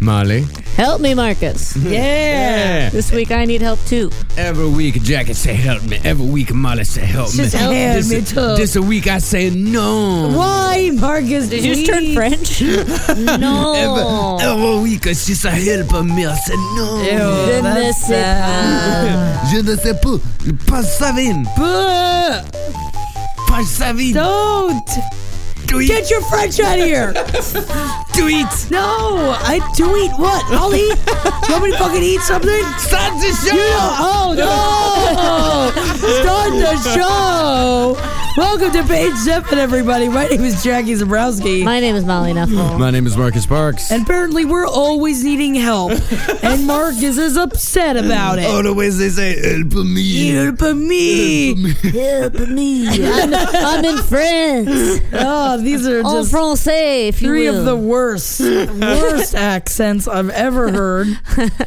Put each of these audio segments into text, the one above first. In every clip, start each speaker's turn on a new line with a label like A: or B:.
A: Molly.
B: Help me, Marcus.
A: Yeah.
B: This week I need help too.
A: Every week, Jacket say help me. Every week, Molly say help me.
B: Just help me,
A: this,
B: too.
A: This a week, I say no.
C: Why, Marcus?
B: Did you just turn
C: please?
B: French? no.
A: Every, every week, I just a help me. I say no.
B: Je ne
C: that's
B: sais pas.
A: Je ne sais pas. Pas savine. Pas savine.
C: Don't
A: Tweet.
C: get your French out of here.
A: tweet.
C: No, I to eat what? I'll eat. Somebody fucking eat something?
A: Start the show.
C: Oh no! Start the show. Welcome to page seven, everybody. My name is Jackie Zabrowski.
B: My name is Molly Nuffel.
A: My name is Marcus Parks.
C: and apparently, we're always needing help, and Marcus is upset about it.
A: All the ways they say help me.
C: Help me!
B: Help me. I'm, I'm in France.
C: Oh, these are
B: En
C: just
B: français, if you
C: three of the
B: will.
C: worst, worst accents I've ever heard.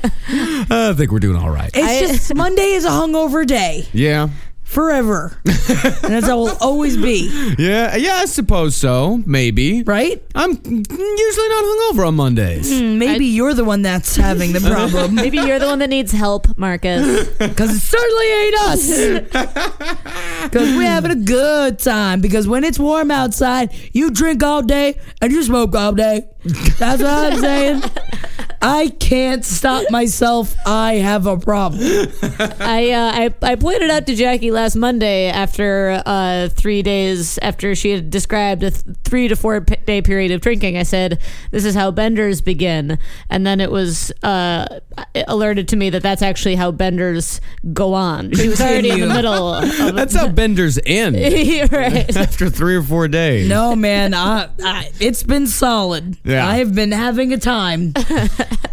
A: I think we're doing all right.
C: It's
B: I-
C: just Monday is a hungover day
A: Yeah.
C: forever, and that's how it will always be,
A: Yeah. Yeah, I suppose so. Maybe.
C: right? Hmm.
A: I'm usually not hungover on Mondays.
C: Maybe you're the one that's having the problem
B: Maybe you're the one that needs help, Marcus.
C: because it certainly ain't us. Because we're having a good time. Because when it's warm outside, you drink all day and you smoke all day. That's what I'm saying. I can't stop myself. I have a problem.
B: I, uh, I I pointed out to Jackie last Monday after uh, three days after she had described a th- three to four p- day period of drinking. I said this is how benders begin, and then it was uh, it alerted to me that that's actually how benders go on. She was already in the
C: Continue.
B: middle. Of
A: That's how benders end
B: it. right.
A: after three or four days.
C: No, man, I, I, it's been solid.
A: Yeah.
C: I have been having a time.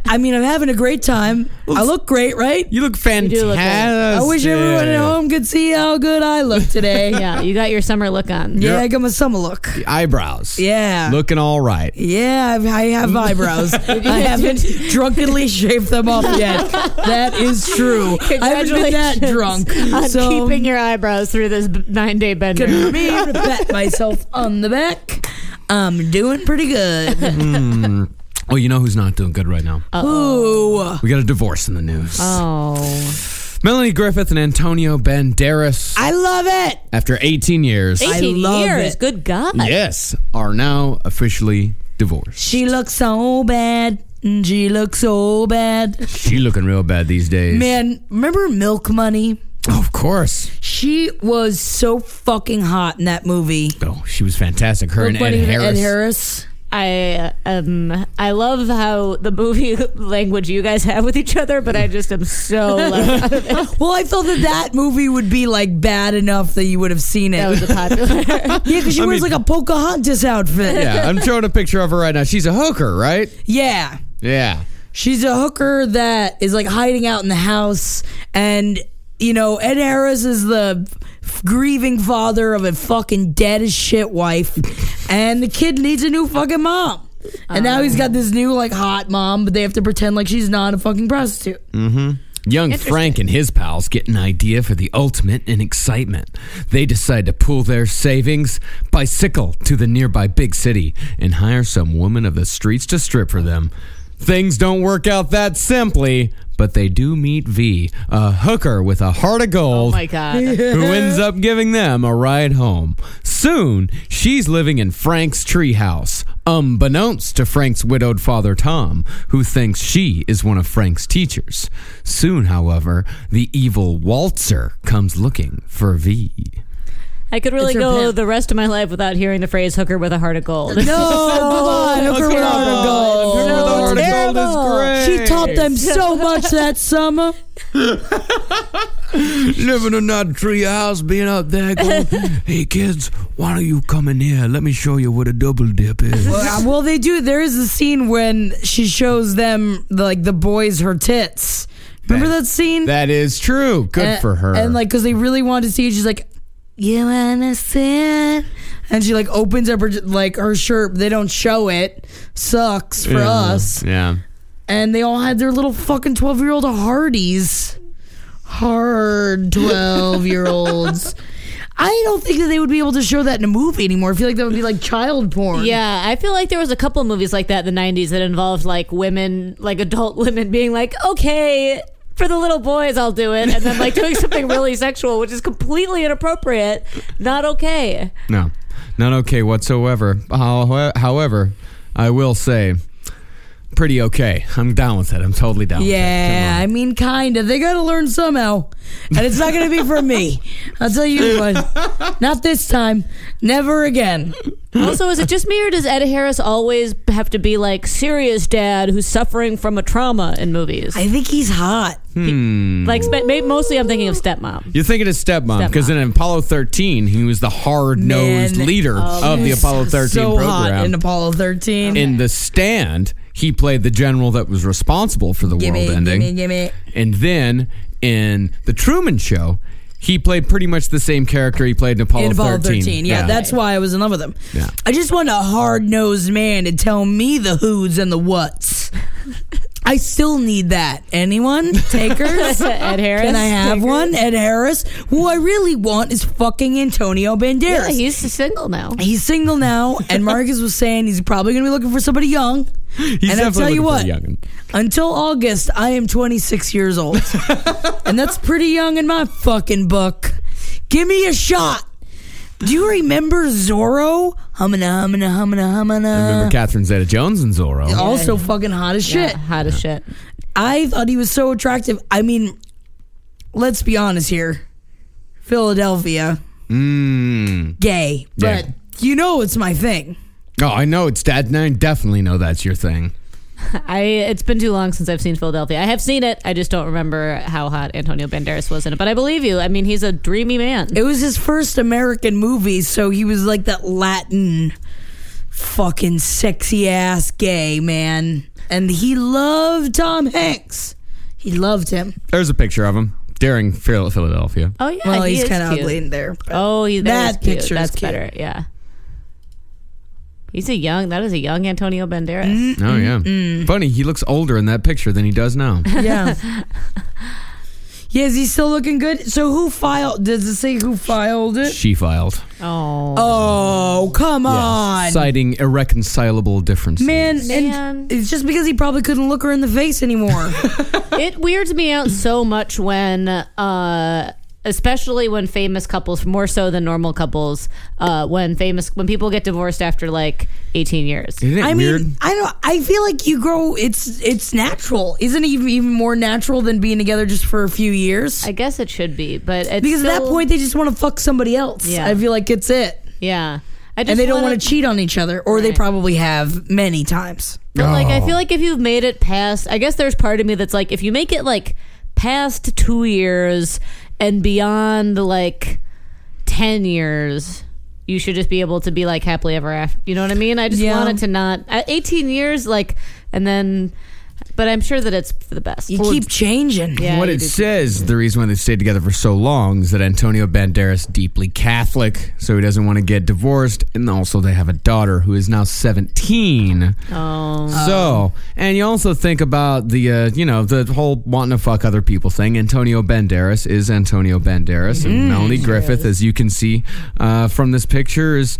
C: I mean, I'm having a great time. I look great, right?
A: You look
B: do
A: fantastic.
B: look
C: I wish everyone at home could see how good I look today. yeah.
B: Yeah, you got your summer look on.
C: I got my summer look.
A: Eyebrows.
C: Yeah.
A: Looking all right.
C: Yeah, I I have eyebrows. I haven't drunkenly shaved them off yet. That is true. I haven't been that
B: Congratulations
C: drunk.
B: on
C: so
B: keeping your eyebrows through this nine day bender.
C: good for me to pat myself on the back. I'm doing pretty good.
A: Well, Oh, you know who's not doing good right now?
C: Ooh.
A: we got a divorce in the news.
C: Uh.
B: Oh.
A: Melanie Griffith and Antonio Banderas,
C: I love it.
A: after 18 years,
B: 18
C: love
B: years.
C: it.
B: Good God.
A: yes, are now officially divorced.
C: She looks so bad. Mm, She looks so bad.
A: She looking real bad these days. Oh,
C: Man, remember Milk Money?
A: Of course.
C: She was so fucking hot in that movie.
A: Oh, she was fantastic. Her
C: Milk
A: and
C: Money
A: Ed
C: with
A: Harris.
C: Ed Harris.
B: I um I love how the movie language you guys have with each other, but I just am so left out of it.
C: Well, I felt that that movie would be like bad enough that you would have seen it.
B: That was a popular.
C: yeah, because she wears like a Pocahontas outfit.
A: Yeah, I'm showing a picture of her right now. She's a hooker, right?
C: Yeah.
A: Yeah.
C: She's a hooker that is like hiding out in the house. And, you know, Ed Harris is the f- grieving father of a fucking dead as shit wife. and the kid needs a new fucking mom. And now he's got this new like hot mom, but they have to pretend like she's not a fucking prostitute.
A: Young Frank and his pals get an idea for the ultimate in excitement. They decide to pool their savings, bicycle to the nearby big city, and hire some woman of the streets to strip for them. Things don't work out that simply, but they do meet V, a hooker with a heart of
B: Oh
A: gold
B: my god.
A: who ends up giving them a ride home. Soon, she's living in Frank's treehouse, unbeknownst to Frank's widowed father Tom, who thinks she is one of Frank's teachers. Soon, however, the evil Walzer comes looking for V.
B: I could really
C: It's her
B: go
C: pimp.
B: the rest of my life without hearing the phrase "hooker with a heart of gold."
C: No, Hooker with a Heart of Gold.
B: Hooker with a Heart of Gold is
C: Terrible. She taught them so much that summer.
A: Living in that treehouse, being up there going, hey kids, why don't you come in here? Let me show you what a double dip is.
C: Well, well, they do. There is a scene when she shows them like the boys her tits. Remember
A: That-
C: that scene?
A: That is true. Good
C: And-
A: for her.
C: And like, because they really wanted to see it, she's like, "You wanna sit?" And she like opens up her like her shirt. They don't show it. Sucks for
A: Yeah.
C: us.
A: Yeah.
C: And they all had their little fucking twelve year old hardies. Hard twelve year olds. I don't think that they would be able to show that in a movie anymore. I feel like that would be like child porn.
B: Yeah, I feel like there was a couple movies like that in the '90s that involved like women, like adult women, being like, "Okay, for the little boys, I'll do it," and then like doing something really sexual, which is completely inappropriate, not okay.
A: No, not okay whatsoever. How- However, I will say, pretty okay. I'm down with it. I'm totally down.
C: Yeah, I mean, kind of. They got to learn somehow. And it's not going to be from me. I'll tell you what. Not this time. Never again.
B: Also, is it just me or does Ed Harris always have to be like serious dad who's suffering from a trauma in movies?
C: I think he's hot.
B: like, spe- ma- mostly I'm thinking of stepmom.
A: With it. You're thinking of stepmom because
B: Stepmom.
A: in Apollo 13, he was the hard-nosed
C: Man. oh,
A: leader of the Apollo 13
C: so
A: program.
C: hot in Apollo 13.
A: In the stand, he played the general that was responsible for the world
C: gimme,
A: ending.
C: gimme, gimme.
A: And then in the Truman Show, he played pretty much the same character he played in Apollo,
C: In Apollo 13. Yeah, that's why I was in love with him.
A: Yeah.
C: I just want a hard nosed man to tell me the who's and the what's. I still need that. Anyone? Takers?
B: Ed Harris.
C: Can I have one? Ed Harris. Who I really want is fucking Antonio Banderas.
B: Yeah, he's single now.
C: He's single now, and Marcus was saying he's probably going to be looking for somebody young.
A: He's
C: and I tell
A: definitely
C: you what,
A: looking for a young'un.
C: until August, I am 26 years old. and that's pretty young in my fucking book. Give me a shot. Do you remember Zorro? Humana, humana, humana,
A: Remember
C: humana.
A: Catherine Zeta-Jones and Zorro.
C: Also fucking hot as shit.
B: Yeah, hot as shit.
C: I thought he was so attractive. I mean, let's be honest here. Philadelphia,
A: Mm.
C: gay.
A: Yeah.
C: But you know it's my thing.
A: Oh, I know it's dad. I definitely know that's your thing.
B: I it's been too long since I've seen Philadelphia. I have seen it. I just don't remember how hot Antonio Banderas was in it. But I believe you. I mean, he's a dreamy man.
C: It was his first American movie, so he was like that Latin fucking sexy ass gay man. And he loved Tom Hanks. He loved him.
A: There's a picture of him during Phil- Philadelphia.
B: oh yeah,
C: Well,
B: he
C: he's
B: is
C: kind of
B: cute.
C: ugly in there. but-
B: Oh, he, that,
C: That
B: is cute.
C: picture is
B: That's
C: cute.
B: better. Yeah. He's a young. That is a young Antonio Banderas.
C: Mm-hmm.
A: Oh yeah. Funny, he looks older in that picture than he does now.
C: Yeah. yeah, is he still looking good? So who filed? Does it say who filed it?
A: she filed,
B: Oh.
C: Oh, come on.
A: citing irreconcilable differences.
C: Man,
B: Man.
C: and it's just because he probably couldn't look her in the face anymore.
B: it weirds me out so much when uh especially when famous couples more so than normal couples uh when famous when people get divorced after like 18 years
A: Isn't it
C: I
A: weird?
C: mean, I don't. I feel like you grow. It's it's natural, isn't it? Even, even more natural than being together just for a few years.
B: i guess it should be but it's
C: because at that
B: still-
C: point, they just want to fuck somebody else.
B: Yeah.
C: I feel like it's it,
B: yeah I just
C: and they don't
B: wanna-
C: want to cheat on each other, or they
B: Right.
C: probably have many times.
B: But like, I feel like if you've made it past, I guess there's part of me that's like, if you make it like past two years and beyond like ten years, you should just be able to be like happily ever after. You know what I mean? I just
C: Yeah.
B: wanted to not at 18 years, like, and then, but I'm sure that it's for the best.
C: You
B: Well,
C: keep changing.
B: yeah,
A: what
B: you
A: it
B: do.
A: says, the reason why they stayed together for so long is that Antonio Banderas deeply Catholic, so he doesn't want to get divorced, and also they have a daughter who is now seventeen. Oh, so and you also think about the uh, you know the whole wanting to fuck other people thing. Antonio Banderas is Antonio Banderas,
B: Mm-hmm.
A: and Melanie Griffith, as you can see
B: Ah,
A: uh, from this picture, is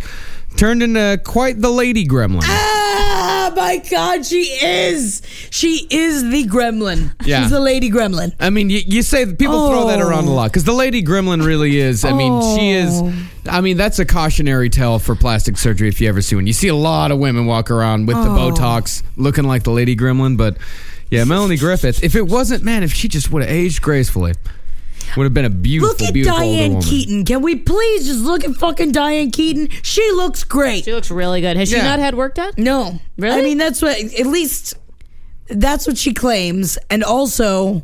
A: turned into quite the lady gremlin.
C: Oh my god, she is. She is the gremlin.
A: Yeah.
C: She's the lady gremlin.
A: I mean, you, you say people throw that around a lot because the lady gremlin really is. I mean, she is.
C: Oh.
A: I mean, that's a cautionary tale for plastic surgery if you ever see one. You see a lot of women walk around with the
C: Oh.
A: Botox looking like the lady gremlin, but yeah, Melanie Griffith. If it wasn't, man, if she just would have aged gracefully, would have been a beautiful,
C: Look at
A: beautiful older
C: Diane
A: woman.
C: Keaton. Can we please just look at fucking Diane Keaton? She looks great.
B: She looks really good. Has she
A: Yeah. Mm.
B: not had work done?
C: No.
B: Really?
C: I mean, that's what, at least, that's what she claims. And also,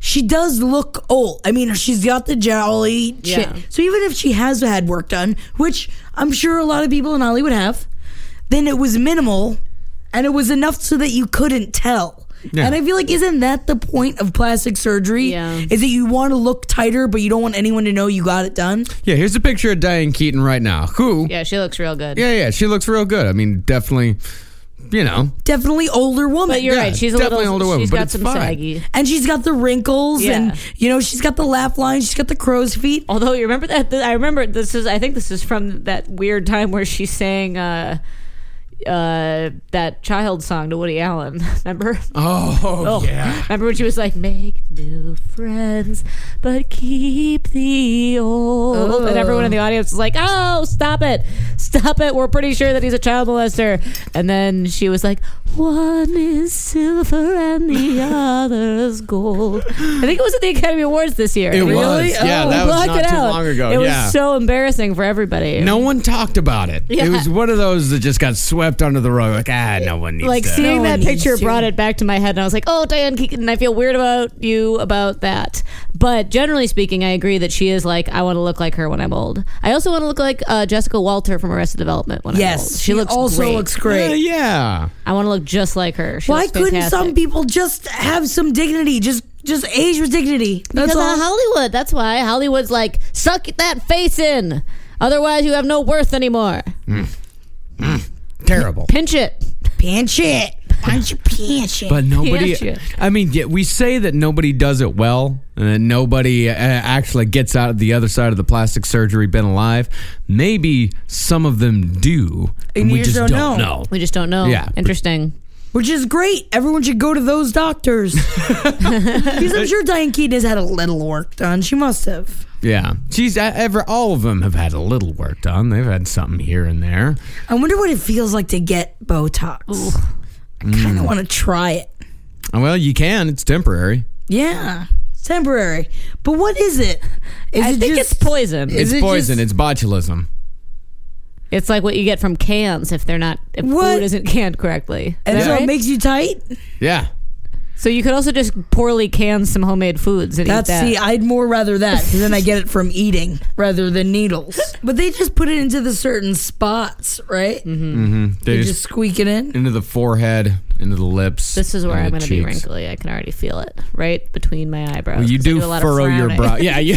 C: she does look old. I mean, she's got the jolly chin.
B: Yeah.
C: So even if she has had work done, which I'm sure a lot of people in Hollywood have, then it was minimal and it was enough so that you couldn't tell.
A: Yeah.
C: And I feel like isn't that the point of plastic surgery?
B: Yeah.
C: Is that you want to look tighter, but you don't want anyone to know you got it done?
A: Yeah, here's a picture of Diane Keaton right now. Who?
B: Yeah, she looks real good.
A: yeah, yeah, she looks real good. I mean, definitely, you know,
C: Definitely older woman.
B: But you're
A: Yeah,
B: right. She's a
A: definitely
B: little
A: older woman,
B: She's
A: but
B: got
A: it's
B: some
A: fine.
B: saggy.
C: and she's got the wrinkles
B: Yeah. Oh,
C: and you know she's got the laugh line she's got the crow's feet
B: Although you remember that I remember this is I think this is from that weird time where she sang uh uh that child song to Woody Allen. Remember?
A: Oh, yeah.
B: Remember when she was like, "Make new friends, but keep the old," and everyone in the audience was like, "Oh, stop it, stop it! We're pretty sure that he's a child molester." And then she was like, "One is silver and the other's gold." I think it was at the Academy Awards this year. Oh,
A: It was. Yeah, that was
B: block
A: not
B: it
A: too
B: out.
A: long ago.
B: It
A: Yeah.
B: was so embarrassing for everybody.
A: No one talked about it.
B: Yeah.
A: It was one of those that just got swept under the rug. Like, ah, no one needs
B: Like
A: to.
B: seeing
C: No
B: that
C: one needs
B: picture
C: to.
B: brought it back to my head, and I was like, "Oh, Diane Keaton." I feel weird about you about that, but generally speaking, I agree that she is like, I want to look like her when I'm old. I also want to look like uh, Jessica Walter from Arrested Development when I'm old.
C: yes
B: she looks
C: also
B: great.
C: looks
A: Uh,
C: great
A: yeah.
B: I want to look just like her. She
C: why
B: looks
C: couldn't
B: fantastic.
C: some people just have some dignity just just age with dignity that's
B: Because
C: all
B: of Hollywood. That's why Hollywood's like, suck that face in. Otherwise, you have no worth anymore.
A: Terrible.
B: Pinch it.
C: pinch it punch your pinch it
A: But nobody.
B: Can't you?
A: I mean, yeah, we say that nobody does it well, and that nobody uh, actually gets out of the other side of the plastic surgery been alive. Maybe some of them do, and,
C: you
A: we
C: just
A: just
C: don't
A: don't,
C: know.
A: know.
B: We just don't know.
A: Yeah.
B: Interesting.
C: which is great everyone should go to those doctors because i'm sure diane keaton has had a little work done she must have
A: Yeah, she's uh, ever. All of them have had a little work done. They've had something here and there.
C: i wonder what it feels like to get botox i kind
B: Mm.
C: of want to try it
A: Uh, Well, you can. It's temporary.
C: yeah it's temporary but what is it is
B: I
C: it
B: think
C: just
B: it's poison.
A: It's
C: Is it
A: poison.
C: just-
A: It's botulism.
B: It's like what you get from cans if they're not if
C: What?
B: food isn't canned correctly.
C: and
B: Is that
C: so
B: right?
C: it makes you tight
A: Yeah.
B: so you could also just poorly can some homemade foods and
C: That's
B: eat that.
C: see, I'd more rather that because then I get it from eating rather than needles. But they just put it into the certain spots, right?
A: They
C: You
A: just,
C: just squeak it in.
A: into the forehead, into the lips.
B: this is where
A: into
B: I'm
A: the
B: going to be
A: cheeks.
B: wrinkly. I can already feel it right between my eyebrows.
A: Well, you
B: 'cause I
A: do,
B: a lot of
A: furrow your
B: frowning.
A: brow. Yeah, you.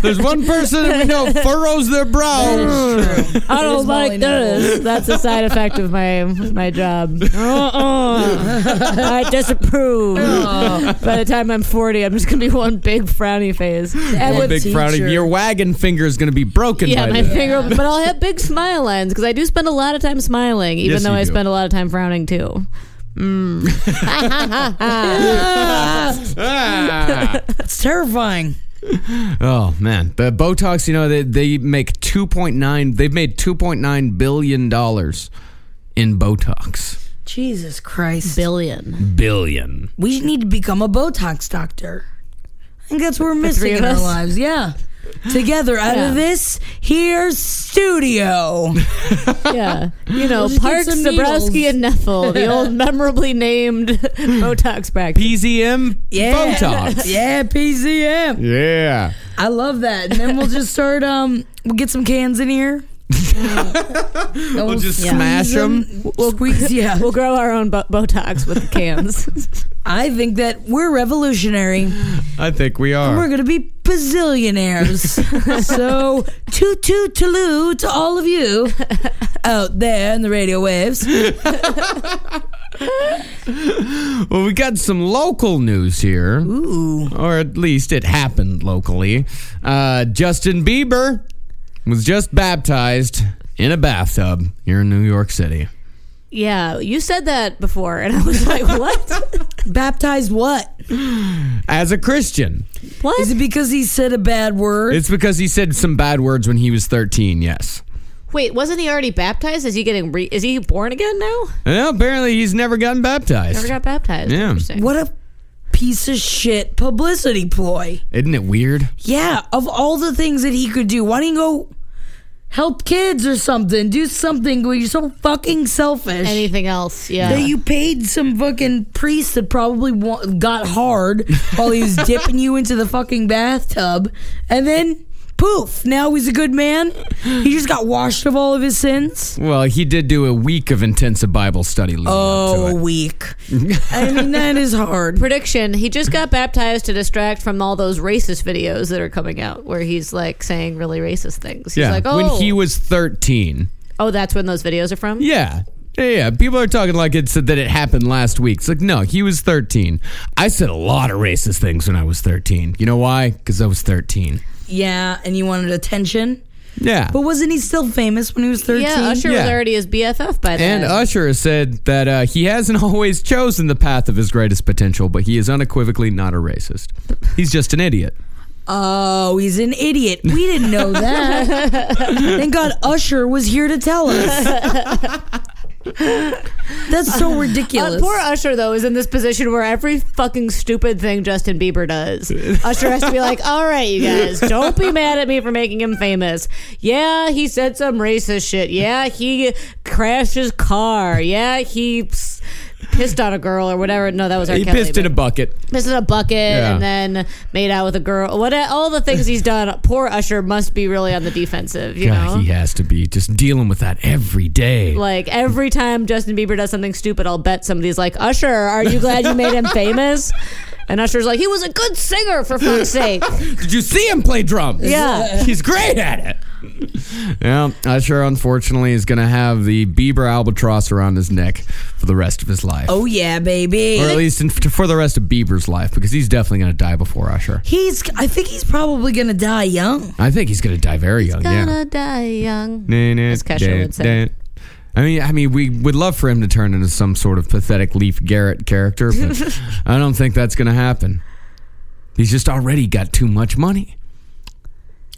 A: There's one person that we know furrows their brow.
B: I
C: It is
B: don't
C: Molly
B: like this. That's a side effect of my my job. Uh-uh. I disapprove. By the time I'm 40, I'm just going to be one big frowny face. And
A: One
B: with
A: big frowny. Your wagon finger is going to be broken.
B: Yeah,
A: by
B: my
A: this.
B: finger, but I'll have big smile lines because I do spend a lot of time smiling, even
A: Yes,
B: though
A: you
B: I
A: do.
B: spend a lot of time frowning too.
A: Ah.
C: It's terrifying.
A: Oh man, the Botox. You know they they make 2.9. They've made 2.9 billion dollars in Botox.
C: Jesus Christ.
B: Billion.
A: Billion.
C: We need to become a Botox doctor. I think that's what we're missing
B: three of
C: in our
B: us?
C: lives. Yeah. Together out
B: Yeah.
C: of this here studio.
B: Yeah. You know,
C: just get
B: Parks,
C: some
B: Zabrowski,
C: needles.
B: and Neffel, the old memorably named Botox practice.
A: PZM
C: Yeah.
A: Botox.
C: yeah, PCM.
A: Yeah.
C: I love that. And then we'll just start. Um, we'll get some cans in here. we'll,
A: just smash 'em.
C: We'll squeeze. Yeah,
B: We'll grow our own bo- Botox with the cans.
C: I think that we're revolutionary.
A: I think we are.
C: We're gonna be bazillionaires. so toot toot toodaloo to all of you out there in the radio waves.
A: Well, we got some local news here. Ooh. Or at least it happened locally. Uh, Justin Bieber was just baptized in a bathtub here in New York City.
B: Yeah, you said that before, and I was like, "What?
C: Baptized what?
A: as a Christian.
B: What?"
C: Is it because he said a bad word?
A: It's because he said some bad words when he was 13, yes.
B: Wait, wasn't he already baptized? Is he getting re- is he born again now?
A: Well, apparently he's never gotten baptized.
B: Never got baptized.
A: Yeah.
B: Interesting.
C: what a piece of shit publicity ploy.
A: Isn't it weird?
C: Yeah, of all the things that he could do, why didn't he go help kids or something? Do something. You're so fucking selfish.
B: Anything else? Yeah.
C: that you paid some fucking priest that probably wa- got hard while he was dipping you into the fucking bathtub, and then poof, now he's a good man. He just got washed of all of his sins.
A: Well, he did do a week of intensive Bible study leading up
C: Oh,
A: to it.
C: weak. I mean, that is hard.
B: Prediction: He just got baptized to distract from all those racist videos that are coming out, where he's like saying really racist things. He's
A: Yeah,
B: like, "Oh,
A: when he was 13.
B: oh, that's when those videos are from."
A: Yeah. Yeah, yeah. people are talking like it's that it happened last week. It's like no, he was 13. I said a lot of racist things when I was 13. You know why? Because I was 13.
C: Yeah, and you wanted attention.
A: Yeah,
C: But wasn't he still famous when he was 13?
B: Yeah, Usher
A: Yeah.
B: was already his BFF by then.
A: and Usher has said that uh, he hasn't always chosen the path of his greatest potential, but he is unequivocally not a racist. He's just an idiot.
C: Oh, he's an idiot. We didn't know that. Thank God Usher was here to tell us. That's so ridiculous.
B: Uh, poor Usher though is in this position where every fucking stupid thing Justin Bieber does, Usher has to be like, "All right, you guys, don't be mad at me for making him famous. Yeah, he said some racist shit. Yeah, he crashed his car. Yeah, he s- pissed on a girl or whatever. No, that was our
A: he pissed in a bucket.
B: pissed in a bucket
A: Yeah.
B: and then made out with a girl. What all the things he's done? Poor Usher must be really on the defensive. You know,
A: God, he has to be just dealing with that every day.
B: like every time Justin Bieber does something stupid, I'll bet somebody's like, Usher, are you glad you made him famous? And Usher's like, he was a good singer for fuck's sake.
A: Did you see him play drums?
B: Yeah.
A: He's great at it. Yeah, Usher unfortunately is going to have the Bieber albatross around his neck for the rest of his life.
C: Oh yeah, baby.
A: Or at least in, for the rest of Bieber's life because he's definitely going to die before Usher.
C: he's I think he's probably gonna die young.
A: I think he's going to die very young.
B: Gonna
A: Yeah.
B: die young.
A: Nah, nah,
B: As Kesha
A: nah,
B: would say.
A: nah. I mean, I mean, we would love for him to turn into some sort of pathetic Leaf Garrett character, but I don't think that's going to happen. He's just already got too much money.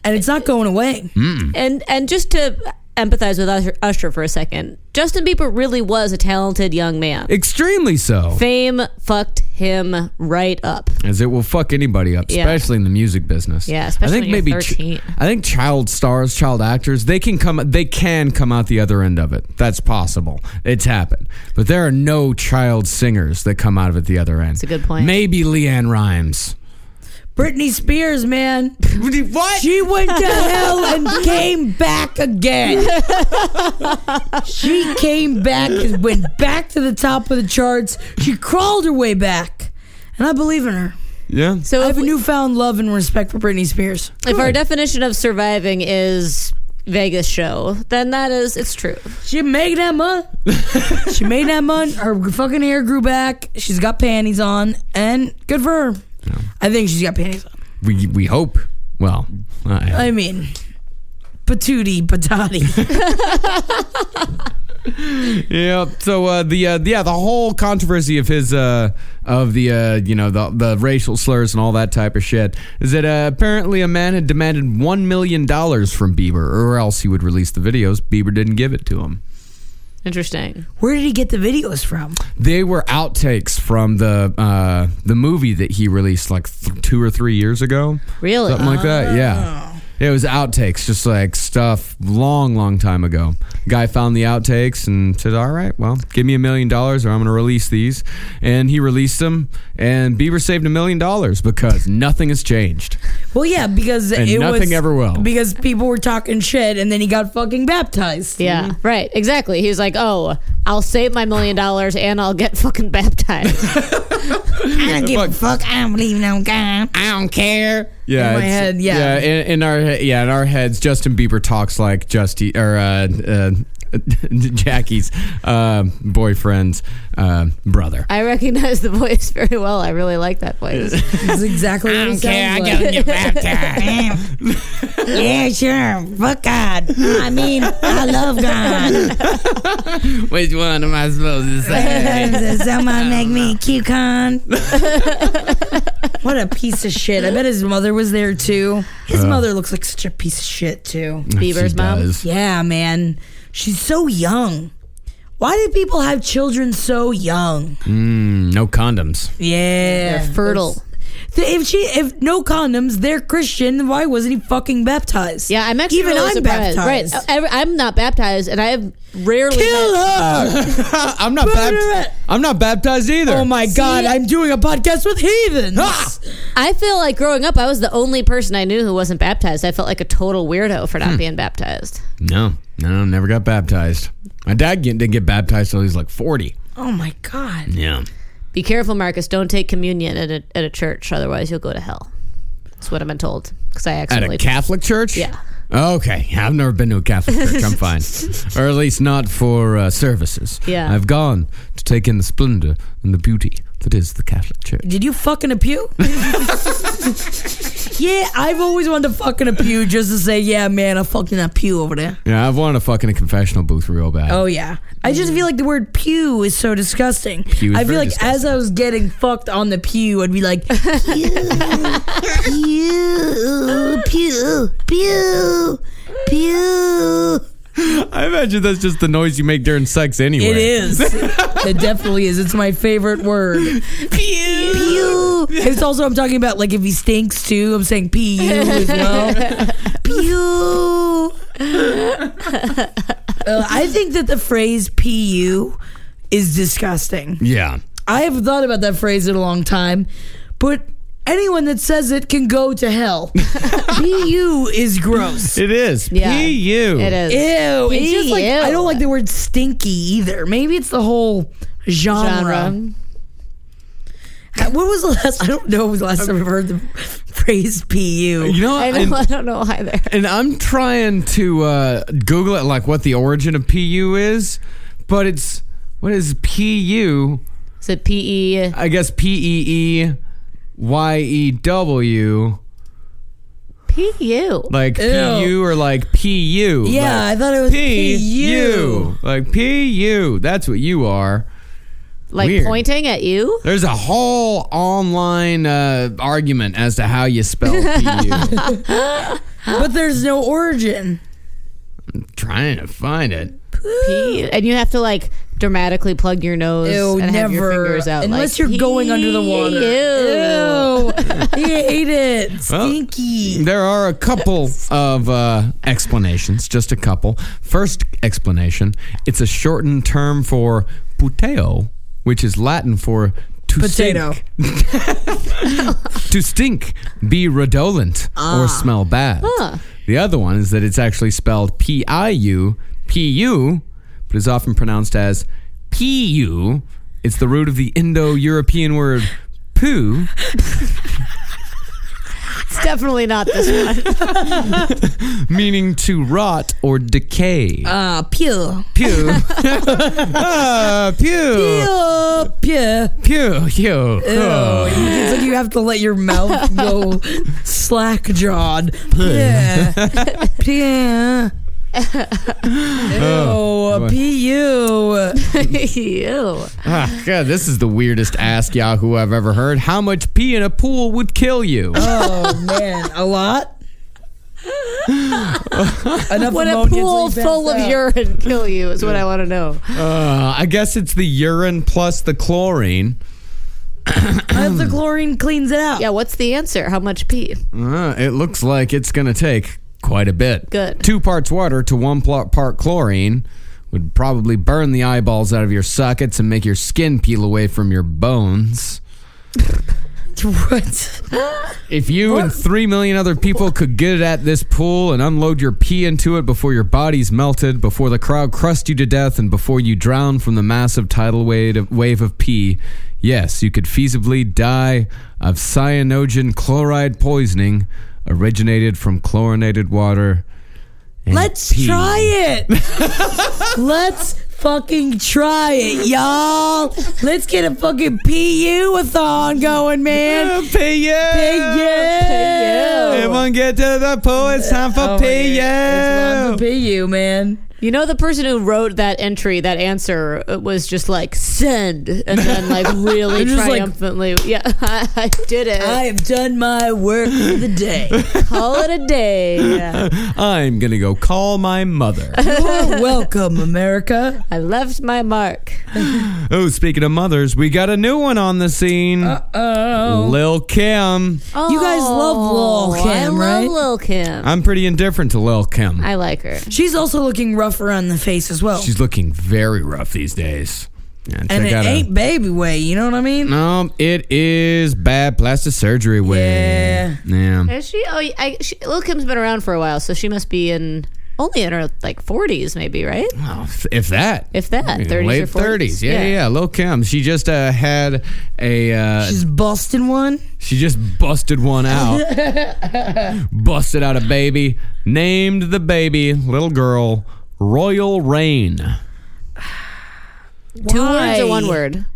C: And it's not going away.
A: Hmm?
B: And and just to empathize with Usher, Usher for a second, Justin Bieber really was a talented young man.
A: Extremely so.
B: Fame fucked him right up.
A: as it will fuck anybody up,
B: Yeah.
A: especially in the music business.
B: Yeah, especially when you're 13.
A: ch- I think child stars, child actors, they can come they can come out the other end of it. That's possible. It's happened. But there are no child singers that come out of it the other end. That's
B: a good point.
A: Maybe Leanne Rhymes.
C: Britney Spears, man.
A: What?
C: She went to hell and came back again. she came back and went back to the top of the charts. She crawled her way back. And I believe in her.
A: Yeah.
B: So
C: I
B: if
C: have a newfound love and respect for Britney Spears.
B: if our definition of surviving is Vegas show, then that is it's true.
C: She made that money. she made that money. Her fucking hair grew back. She's got panties on, and good for her. I think she's got panties on.
A: We we hope. Well, I,
C: I mean, patootie patati.
A: yeah. So uh, the uh, yeah the whole controversy of his uh, of the uh, you know the the racial slurs and all that type of shit is that uh, apparently a man had demanded one million dollars from Bieber or else he would release the videos. Bieber didn't give it to him.
B: Interesting.
C: Where did he get the videos from?
A: They were outtakes from the uh, the movie that he released like th- two or three years ago.
B: Really?
A: Something like that. Yeah. It was outtakes, just like stuff long, long time ago. Guy found the outtakes and said, "All right, well, give me a million dollars, or I'm going to release these." And he released them, and Bieber saved a million dollars because nothing has changed.
C: Well, yeah, because
A: And
C: it
A: nothing
C: was
A: ever will.
C: Because people were talking shit, and then he got fucking baptized.
B: Yeah, right. Exactly. He was like, "Oh, I'll save my million dollars and I'll get fucking baptized."
C: I don't give a fuck. I don't believe no guy.
A: I don't care. Yeah,
C: In my
A: it's-
C: head, yeah.
A: in, in our he- yeah, in our heads, Justin Bieber talks like Justy or uh, uh, Jackie's uh, boyfriend's uh, brother.
B: I recognize the voice very well. I really like that voice.
C: That's exactly what it sounds like.
A: get baptized.
C: Yeah, sure. Fuck God. I mean, I love God.
A: Which one am I supposed to say?
C: Does someone make me a coupon? what a piece of shit. I bet his mother was there too. His mother looks like such a piece of shit too.
B: Bieber's mom.
A: does.
C: Yeah, man. She's so young. Why do people have children so young?
A: No condoms.
C: Yeah.
B: They're fertile.
C: Th- If she, if no condoms, they're Christian. then Why wasn't he fucking baptized?
B: Yeah, I'm actually
C: even
B: really
C: I'm
B: surprised.
C: baptized.
B: Right, I, I- I'm not baptized, and I have rarely.
C: Kill
B: met-
C: her!
A: I'm not
C: Put her
A: baptized.
C: at-
A: I'm not baptized either.
C: Oh my god! I'm doing a podcast with heathens.
A: Ah!
B: I feel like growing up, I was the only person I knew who wasn't baptized. I felt like a total weirdo for
A: Hmm.
B: not being baptized.
A: No, no, never got baptized. My dad get- didn't get baptized till he was like 40.
C: Oh my god!
A: Yeah.
B: Be careful, Marcus. Don't take communion at a, at a church, otherwise you'll go to hell. That's what I've been told. Because I
A: At
B: accidentally
A: a Catholic church?
B: Yeah.
A: Okay, I've never been to a Catholic church. I'm fine, or at least not for uh, services.
B: Yeah.
A: I've gone to take in the splendor and the beauty that is the Catholic Church.
C: Did you fuck in a pew? yeah, I've always wanted to fuck in a pew just to say, yeah, man, I fucked in that pew over there.
A: Yeah, I've wanted to fuck in a confessional booth real bad.
C: Oh yeah. I just feel like the word pew is so disgusting.
A: Pew is
C: I feel
A: very
C: like as
A: disgusting.
C: I was getting fucked on the pew, I'd be like, pew, pew, pew, pew.
A: I imagine that's just the noise you make during sex anyway.
C: It is. it definitely is. It's my favorite word. Pew. Pew. It's also I'm talking about like if he stinks too. I'm saying pew as well. pew. Uh, I think that the phrase pu is disgusting.
A: Yeah.
C: I haven't thought about that phrase in a long time, but anyone that says it can go to hell. pu is gross.
A: It is.
B: Yeah.
A: P.U.
B: It is.
C: Ew. It's just like I
B: Ew.
C: don't like the word stinky either. Maybe it's the whole genre.
B: genre.
C: What was the last? I don't know. What was the last time I've heard the phrase "pu"?
A: You know,
B: I,
A: and-
B: know, I don't know either.
A: and I'm trying to uh, Google it, like what the origin of PU is, but it's what is PU?
B: Is it PE?
A: I guess P E E Y E W,
B: PU.
A: like PU or like PU.
C: Yeah, I
A: like,
C: thought it was
A: PU. Like PU. That's what you are.
B: Like
A: weird.
B: pointing at you?
A: There's a whole online uh, argument as to how you spell PU.
C: But there's no origin.
A: Trying to find it.
B: P- E. and you have to like dramatically plug your nose
C: Ew,
B: and have your
C: never.
B: fingers out.
C: Unless
B: like, E.
C: you're going under the water.
B: Ew.
C: Ew. I hate it.
A: Well,
C: Stinky.
A: There are a couple of uh, explanations, just a couple. First explanation it's a shortened term for puteo, which is Latin for to
C: Potato.
A: stink. to stink, be redolent, or smell bad. The other one is that it's actually spelled P I U P U, but is often pronounced as P U. It's the root of the Indo European word poo,
B: It's definitely not this one.
A: meaning to rot or decay.
C: Uh, pew.
A: pew. Ah, pew.
C: Pew. Pew.
A: Pew. Pew. Oh.
C: It's like you have to let your mouth go slack jawed. Yeah. Yeah. Ew, P-U.
B: Ew.
A: Ah, God, this is the weirdest ask Yahoo I've ever heard. How much pee in a pool would kill you?
C: Oh, man. A lot? Enough
B: Would a
C: ammonia till
B: pool
C: you pass
B: full of
C: out.
B: urine kill you? Is what I want to know.
A: Uh, I guess it's the urine plus the chlorine.
C: But the chlorine cleans it out.
B: Yeah, what's the answer? How much pee?
A: Uh, it looks like it's going to take quite a bit.
B: Good.
A: Two parts water to one pl- part chlorine would probably burn the eyeballs out of your sockets and make your skin peel away from your bones.
C: What?
A: If you and three million other people could get at this pool and unload your pee into it before your body's melted, before the crowd crushed you to death, and before you drown from the massive tidal wave of, wave of pee, yes, you could feasibly die of cyanogen chloride poisoning originated from chlorinated water and
C: Let's
A: pee.
C: try it. Let's fucking try it, y'all. Let's get a fucking PU a thon going, man.
A: Pee you.
C: PU.
A: Everyone get to the pool. It's time for pee
C: Oh, It's
A: you.
C: PU, man.
B: You know, the person who wrote that entry, that answer, uh, was just like, send. And then, like, really
C: just like-
B: triumphantly, yeah, I, I did it.
C: I have done my work for the day.
B: Call it a day.
A: I'm gonna go call my mother.
C: You're welcome, America.
B: I left my mark.
A: oh, speaking of mothers, we got a new one on the scene.
C: Oh.
A: Lil Kim.
C: You guys love
B: Oh,
C: Lil Kim,
B: I
C: right?
B: love Lil Kim.
A: I'm pretty indifferent to Lil Kim.
B: I like her.
C: She's also looking rough around the face as well.
A: She's looking very rough these days.
C: and
A: check
C: it
A: out a-
C: ain't baby way, you know what I mean?
A: Um, it is bad plastic surgery way. Yeah.
B: Is she? Oh, yeah, I, she, Lil Kim's been around for a while, so she must be in only in her like 40s, maybe, right?
A: Oh, if- if that.
B: If that,
A: Yeah,
B: 30s or
A: Late
B: 40s.
A: Yeah, yeah,
B: Yeah.
A: yeah. Lil Kim. She just uh, had a. Uh,
C: She's busting one.
A: she just busted one out. busted out a baby. Named the baby, little girl, Royal Rain.
B: Two words or
C: Why?
B: one word?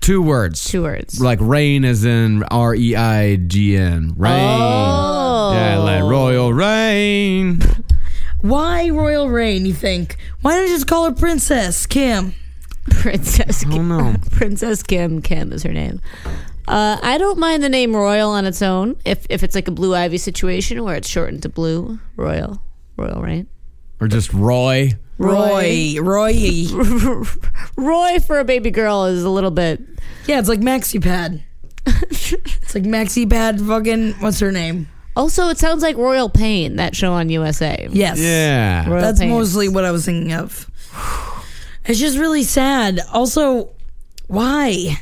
A: Two words.
B: Two words.
A: Like rain as in R E I G N. Rain.
B: Oh.
A: Yeah, like Royal Rain.
C: Why Royal Rain, you think? Why don't you just call her Princess Kim?
B: Princess Kim.
A: Oh, no.
B: Princess Kim. Kim is her name. Uh, I don't mind the name Royal on its own if, if it's like a Blue Ivy situation where it's shortened to Blue Royal. Royal, right?
A: Or just Roy.
C: Roy. Roy.
B: Roy for a baby girl is a little bit.
C: yeah, it's like Maxi Pad. it's like Maxi Pad fucking what's her name?
B: Also, it sounds like Royal Pain, that show on USA.
C: Yes.
A: Yeah.
B: Royal
C: That's
B: Pain.
C: mostly what I was thinking of. It's just really sad. Also, why?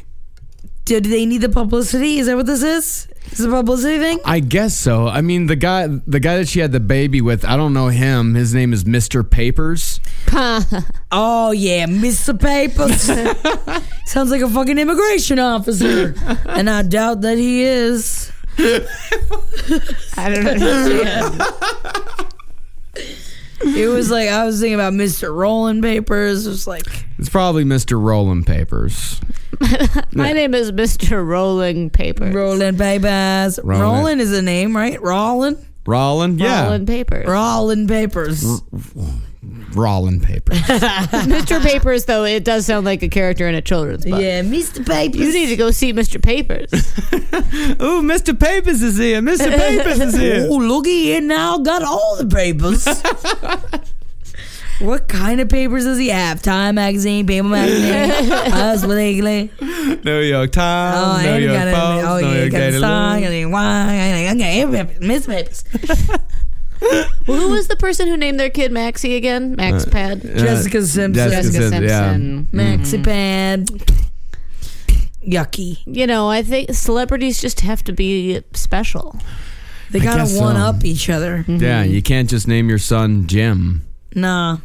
C: Did they need the publicity? Is that what this is? Is it a publicity thing?
A: I guess so. I mean, the guy, the guy that she had the baby with, I don't know him. His name is Mister Papers.
C: Oh yeah, Mr. Papers. Sounds like a fucking immigration officer. and I doubt that he is.
B: I don't know.
C: It was like I was thinking about Mr. Rolling Papers. It was like
A: It's probably Mister Roland Papers.
B: My name is Mr. Rolling Papers.
C: Rolling Papers.
A: Rolling.
C: Rolling is a name, right? Rolling?
A: Roland, yeah,
B: Rolling Papers.
C: Rolling Papers.
A: Roland Papers.
B: Mr. Papers, though, it does sound like a character in a children's book.
C: Yeah, Mr. Papers.
B: You need to go see Mr. Papers.
A: Ooh, Mister Papers is here. Mister Papers is
C: Oh, looky here now. Got all the papers. what kind of papers does he have? Time magazine, Paper magazine, Us Weekly.
A: New York
C: Oh,
A: Times,
C: and
A: New
C: he
A: York
C: got
A: Post,
C: a, oh,
A: New
C: yeah, he
A: York
C: got a
A: Daily
C: song,
A: News.
C: and he why, and he got every Miss Papers.
B: well, who was the person who named their kid Maxie again? Max
A: Uh,
B: Pad.
C: Jessica Simpson.
A: Jessica
B: Jessica
A: Simpson, yeah.
B: Simpson.
C: Maxi pad. Yucky.
B: You know, I think celebrities just have to be special.
C: They
A: I
C: gotta
A: guess so.
C: one up each other.
A: Yeah, you can't just name your son Jim.
C: Nah.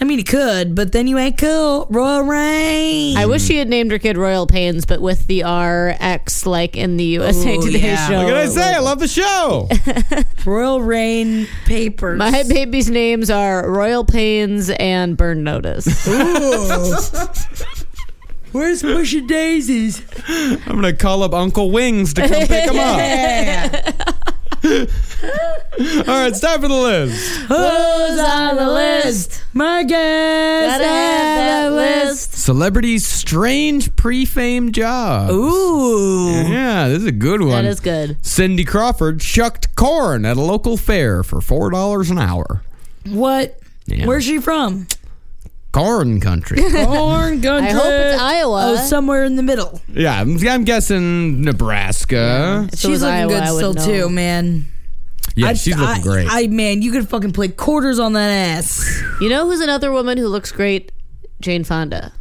C: I mean, he could, but then you ain't cool. Royal Rain.
B: I wish
A: Mm.
B: she had named her kid Royal Pains, but with the RX like in the USA
C: Ooh,
B: Today
C: yeah.
B: show.
C: What
A: Can I say I love the show?
C: Royal Rain papers.
B: My baby's names are Royal Pains and Burn Notice.
C: Where's Pusha Daisies?
A: I'm gonna call up Uncle Wings to come pick him up.
C: Yeah.
A: All right, it's time for the list.
C: Who's on the list? My guest.
B: Gotta have that list.
A: Celebrities' strange pre-fame jobs.
C: Ooh.
A: Yeah, this is a good one.
B: That is good.
A: Cindy Crawford shucked corn at a local fair for four dollars an hour.
C: What?
A: Yeah.
C: Where's she from?
A: Corn country.
C: Corn country.
B: I hope it's Iowa.
C: Oh, somewhere in the middle.
A: yeah, I'm, I'm guessing Nebraska.
B: If it was
C: She's looking
B: Iowa, I
C: good
B: would
C: still
B: know.
C: too, man.
A: Yeah,
C: I-
A: she's looking
C: I-
A: great.
C: I man, you could fucking play quarters on that ass.
B: You know who's another woman who looks great? Jane Fonda.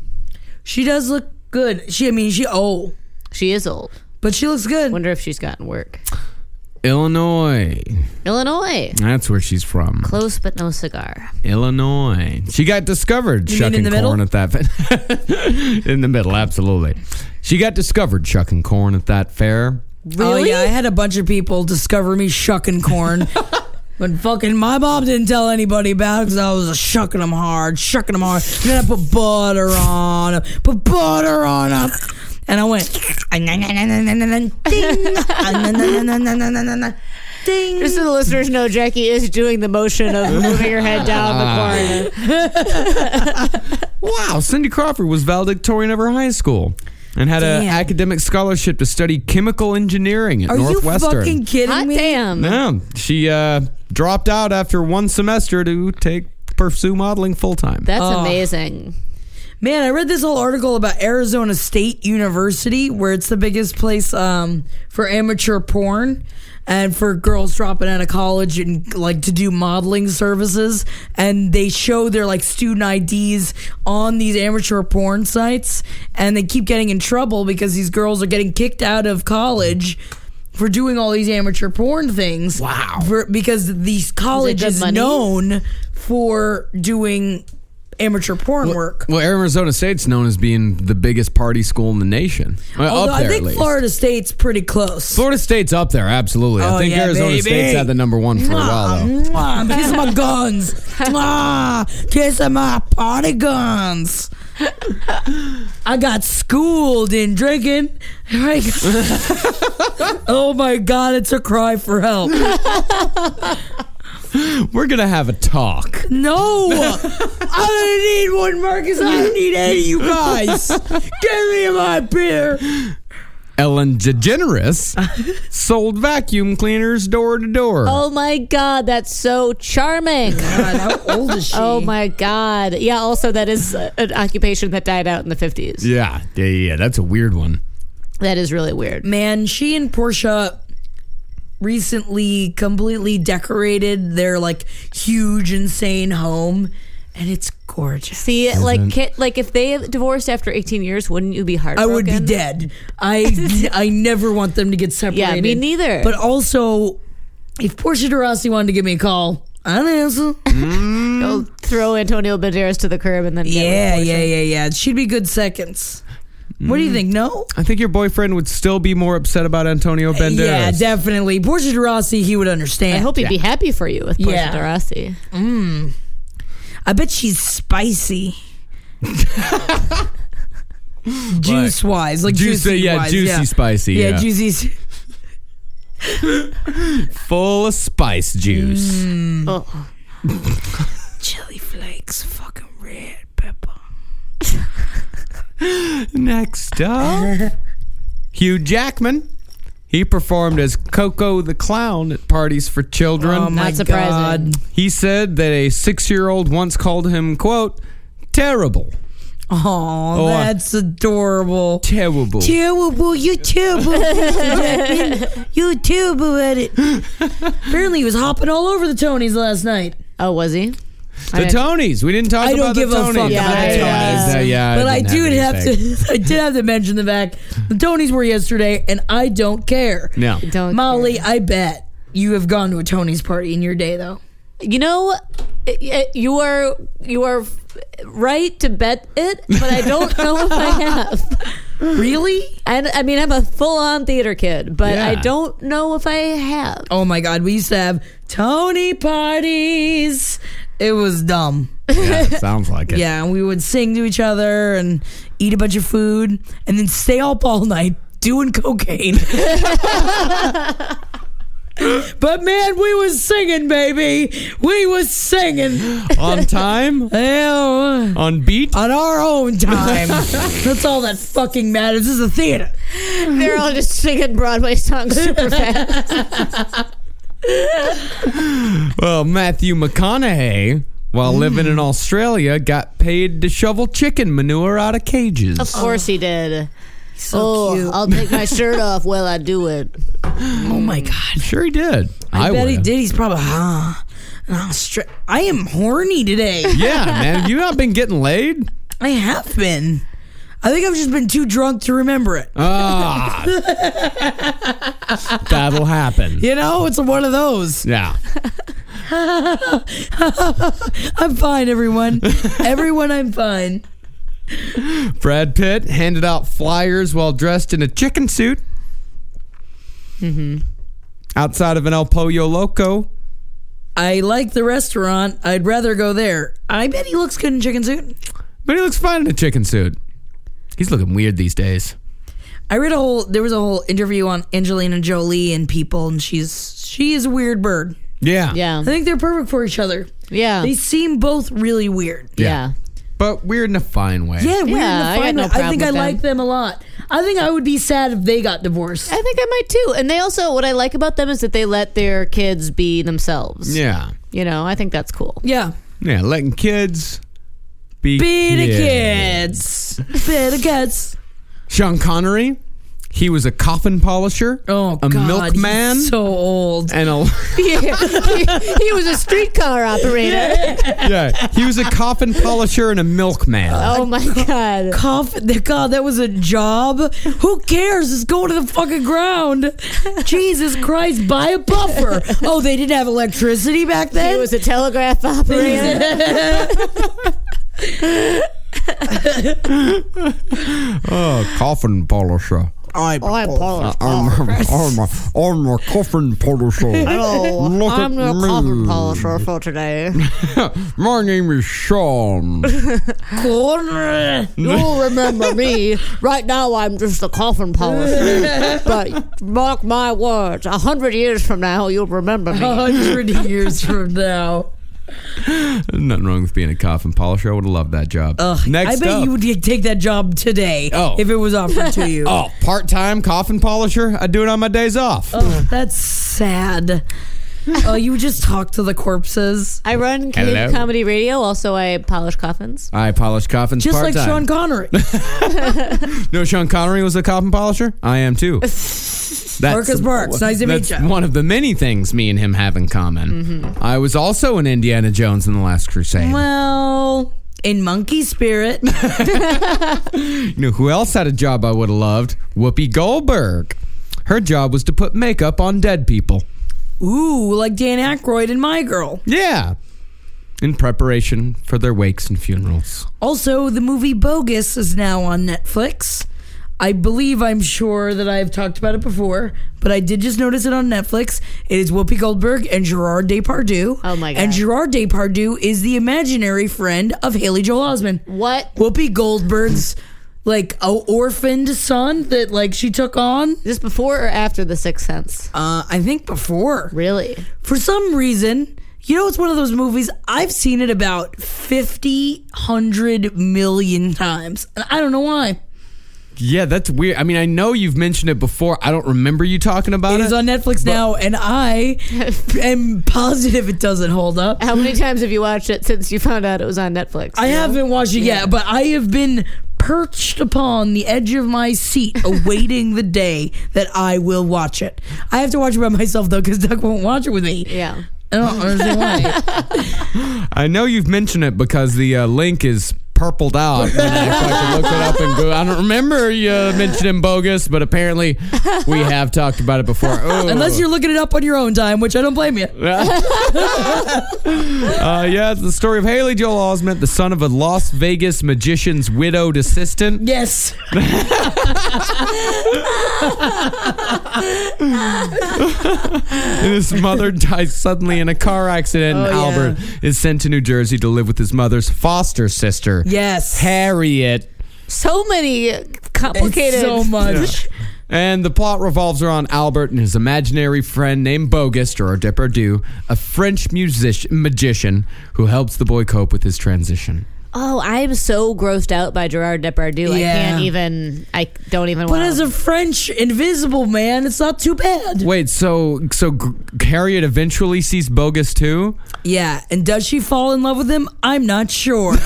C: She does look good. She, I mean, she old,
B: She is old.
C: but she looks good.
B: Wonder if she's gotten work.
A: Illinois.
B: Illinois.
A: That's where she's from.
B: Close but no cigar.
A: Illinois. She got discovered
C: You mean
A: shucking
C: in the middle?
A: corn at that fair. in the middle, absolutely. She got discovered shucking corn at that fair.
C: Oh yeah, I had a bunch of people discover me shucking corn. But fucking my mom didn't tell anybody about it because I was shucking them hard, shucking them hard. And then I put butter on 'em, put butter on them. And I went, ding, ding.
B: Just so the listeners know, Jackie is doing the motion of moving her head down the corner.
A: Wow, Cindy Crawford was valedictorian of her high school and had an
C: Damn.
A: academic scholarship to study chemical engineering at
C: Are you
A: Northwestern.
C: fucking kidding
B: Hot
C: me?
B: damn.
A: yeah, she uh, dropped out after one semester to take pursue modeling full time.
B: That's amazing.
C: Man, I read this whole article about Arizona State University, where it's the biggest place um, for amateur porn and for girls dropping out of college and like to do modeling services. And they show their like student IDs on these amateur porn sites, and they keep getting in trouble because these girls are getting kicked out of college. For doing all these amateur porn things, wow! For, because these college
B: good
C: is
B: money?
C: known for doing amateur porn work.
A: Well, Arizona State's known as being the biggest party school in the nation. Well,
C: Although
A: up there,
C: I
A: at
C: think
A: least.
C: Florida State's pretty close.
A: Florida State's up there, absolutely. I
C: Oh,
A: think
C: yeah,
A: Arizona
C: baby.
A: State's had the number one for a while, though.
C: Mwah, mwah, kiss my guns. Mwah, kiss my party guns. I got schooled in drinking. I got- oh my God, it's a cry for help.
A: We're gonna have a talk.
C: No, I don't need one, Marcus. I need eight of you guys. Give me my beer.
A: Ellen DeGeneres sold vacuum cleaners door to door.
B: Oh my god, that's so charming.
C: God, how old is she?
B: Oh my god. Yeah, also that is uh, an occupation that died out in the 50s.
A: Yeah, yeah, yeah. yeah, That's a weird one.
B: That is really weird.
C: Man, she and Portia recently completely decorated their like huge insane home and it's gorgeous.
B: See, like ki- like if they divorced after 18 years, wouldn't you be
C: I
B: heartbroken?
C: would be dead. I I never want them to get separated.
B: Yeah, me neither.
C: But also if Portia de Rossi wanted to give me a call, I'd answer.
B: Go throw Antonio Banderas to the curb and then get
C: Yeah,
B: with
C: yeah, yeah, yeah. She'd be good seconds. What
A: Mm.
C: do you think? No?
A: I think your boyfriend would still be more upset about Antonio Banderas.
C: Yeah, definitely. Portia de Rossi, he would understand.
B: I hope he'd be happy for you with Portia
C: Yeah.
B: de Rossi.
C: I bet she's spicy. juice wise, like
A: Juicy,
C: juicy,
A: uh, yeah,
C: wise,
A: juicy spicy, yeah.
C: juicy. s-
A: Full of spice
C: Mm.
A: juice.
B: Oh.
C: Chili flakes, fucking red pepper.
A: Next up, Hugh Jackman. He performed as Coco the Clown at parties for children. Uh,
C: Oh my
B: Not surprising.
C: god!
A: He said that a six-year-old once called him, quote, terrible,
C: Aw,
A: Oh, I-
C: that's adorable.
A: terrible.
C: Terrible, you terrible, you terrible at it. Apparently, he was hopping all over the Tonys last night.
B: Oh, was he?
A: the Tonys. We didn't talk
C: I don't
A: about
C: give
A: the
C: a
A: Tonys.
C: fuck about
A: yeah,
B: the
A: yeah,
B: Tonys.
A: yeah, yeah,
C: but I,
A: didn't
C: do have,
A: anything.
C: to. I did have to mention the fact the Tonys were yesterday, and I don't care.
A: No.
B: Don't
C: Molly, I bet you have gone to a Tony's party in your day, though.
B: You know, it- it- you are you are right to bet it, but I don't know if I have.
C: Really?
B: And I mean, I'm a full-on theater kid, but I
A: Yeah.
B: don't know if I have.
C: Oh my God, we used to have Tony parties. It was dumb.
A: Yeah, sounds like it.
C: Yeah, and we would sing to each other and eat a bunch of food and then stay up all night doing cocaine. but man, we was singing, baby. We was singing.
A: On time,
C: Ew.
A: on beat.
C: on our own time. That's all that fucking matters. This is a theater.
B: They're all just singing Broadway songs super fast.
A: Well, Matthew McConaughey, while living
C: Hmm.
A: in Australia, got paid to shovel chicken manure out of cages.
C: Oh,
B: Of course he did.
C: So
B: oh,
C: cute.
B: I'll take my shirt off while I do it.
C: oh my god.
A: Sure, he did. I,
C: bet he
A: would've.
C: did. He's probably huh. an Austra- I am horny today.
A: Yeah, man. Have you not been getting laid?
C: I have been. I think I've just been too drunk to remember it.
A: Ah, that'll happen.
C: You know, it's one of those.
A: Yeah.
C: I'm fine, everyone. everyone, I'm fine.
A: Brad Pitt handed out flyers while dressed in a chicken suit. Mm-hmm. Outside of an El Pollo Loco,
C: I like the restaurant. I'd rather go there. I bet he looks good in chicken suit.
A: But he looks fine in a chicken suit. He's looking weird these days.
C: I read a whole. There was a whole interview on Angelina Jolie and people, and she's she is a weird bird.
A: Yeah.
C: I
B: Yeah.
C: think they're perfect for each other.
B: Yeah.
C: They seem both really weird.
B: yeah.
A: But weird in a fine way.
C: Yeah, weird.
B: Yeah, I
C: and
B: got
C: fine.
B: no
C: I think
B: problem
C: I
B: with
C: like them a lot. I think I would be sad if they got divorced.
B: I think I might too. And they also, what I like about them is that they let their kids be themselves.
A: Yeah.
B: You know, I think that's cool.
C: Yeah.
A: Yeah. Letting kids be,
C: Be the kids. Be the kids.
A: Sean Connery, he was a coffin polisher,
C: Oh,
A: a
C: God. he's
A: milkman,
C: so old.
A: and a
B: he, he was a streetcar operator.
A: yeah, he was a coffin polisher and a milkman.
B: Oh my God.
C: Coffin. God, that was a job. Who cares? Just go to the fucking ground. Jesus Christ, buy a buffer. Oh, they didn't have electricity back
B: He
C: then?
B: was a telegraph operator.
A: Oh, coffin polisher. Uh,
B: Oh, I'm Polish.
A: I'm, I'm, a, I'm a coffin polisher.
B: Hello,
A: Look
B: Oh, I'm
A: at
B: your
A: me.
B: coffin polisher for today.
A: My name is Sean.
B: Corner. You'll remember me. Right now, I'm just a coffin polisher. But mark my words, a hundred years from now, you'll remember me.
C: 100 years from now.
A: Nothing wrong with being a coffin polisher. I would have loved that job.
C: Ugh,
A: Next
C: I bet
A: up,
C: you would get- take that job today
A: Oh.
C: if it was offered to you.
A: oh, part-time coffin polisher. I do it on my days off.
C: Oh, that's sad. Oh, you just talk to the corpses.
B: I
A: Hello.
B: run Cave Comedy Radio. Also, I polish coffins.
A: I polish coffins
C: Just
A: part-time.
C: like Sean Connery.
A: No, Sean Connery was a coffin polisher. I am too. That's
C: Marcus Parks, nice to meet
A: that's
C: ya.
A: One of the many things me and him have in common.
C: Mm-hmm.
A: I was also an Indiana Jones in the Last Crusade.
C: well, in monkey spirit.
A: You know who else had a job I would have loved? Whoopi Goldberg. Her job was to put makeup on dead people.
C: Ooh, like Dan Aykroyd and My Girl.
A: Yeah. In preparation for their wakes and funerals.
C: Also, the movie Bogus is now on Netflix. I believe I'm sure that I've talked about it before, but I did just notice it on Netflix. It is Whoopi Goldberg and Gerard Depardieu.
B: Oh my
C: And
B: God.
C: Gerard Depardieu is the imaginary friend of Haley Joel Osment.
B: What?
C: Whoopi Goldberg's like a orphaned son that like she took on.
B: Is this before or after The Sixth Sense?
C: Uh, I think before.
B: Really?
C: For some reason, you know, it's one of those movies I've seen it about 50, 100 million times. And I don't know why.
A: Yeah, that's weird. I mean, I know you've mentioned it before. I don't remember you talking about
C: It
A: it.
C: is on Netflix now, and I am positive it doesn't hold up.
B: How many times have you watched it since you found out it was on Netflix?
C: I haven't watched it yet, but I have been perched upon the edge of my seat, awaiting the day that I will watch it. I have to watch it by myself though, because Doug won't watch it with me.
B: Yeah.
C: I don't understand why.
A: I know you've mentioned it because the uh, link is purpled out. And I, fucking looked it up and go- I don't remember you uh, mentioning bogus, but apparently we have talked about it before. Oh.
C: Unless you're looking it up on your own time, which I don't blame you.
A: uh, yeah, it's the story of Haley Joel Osment, the son of a Las Vegas magician's widowed assistant.
C: Yes.
A: And his mother dies suddenly in a car accident.
C: Oh,
A: and Albert is sent to New Jersey to live with his mother's foster sister,
C: Yes.
A: Harriet.
B: So many complicated.
C: So much.
A: And the plot revolves around Albert and his imaginary friend named Bogus or Depardieu, a French musician magician who helps the boy cope with his transition.
B: Oh, I'm so grossed out by Gerard Depardieu. I
C: Yeah.
B: can't even. I don't even.
C: But
B: wanna-
C: as a French invisible man, it's not too bad.
A: Wait, so so G- Harriet eventually sees Bogus too?
C: Yeah, and does she fall in love with him? I'm not sure.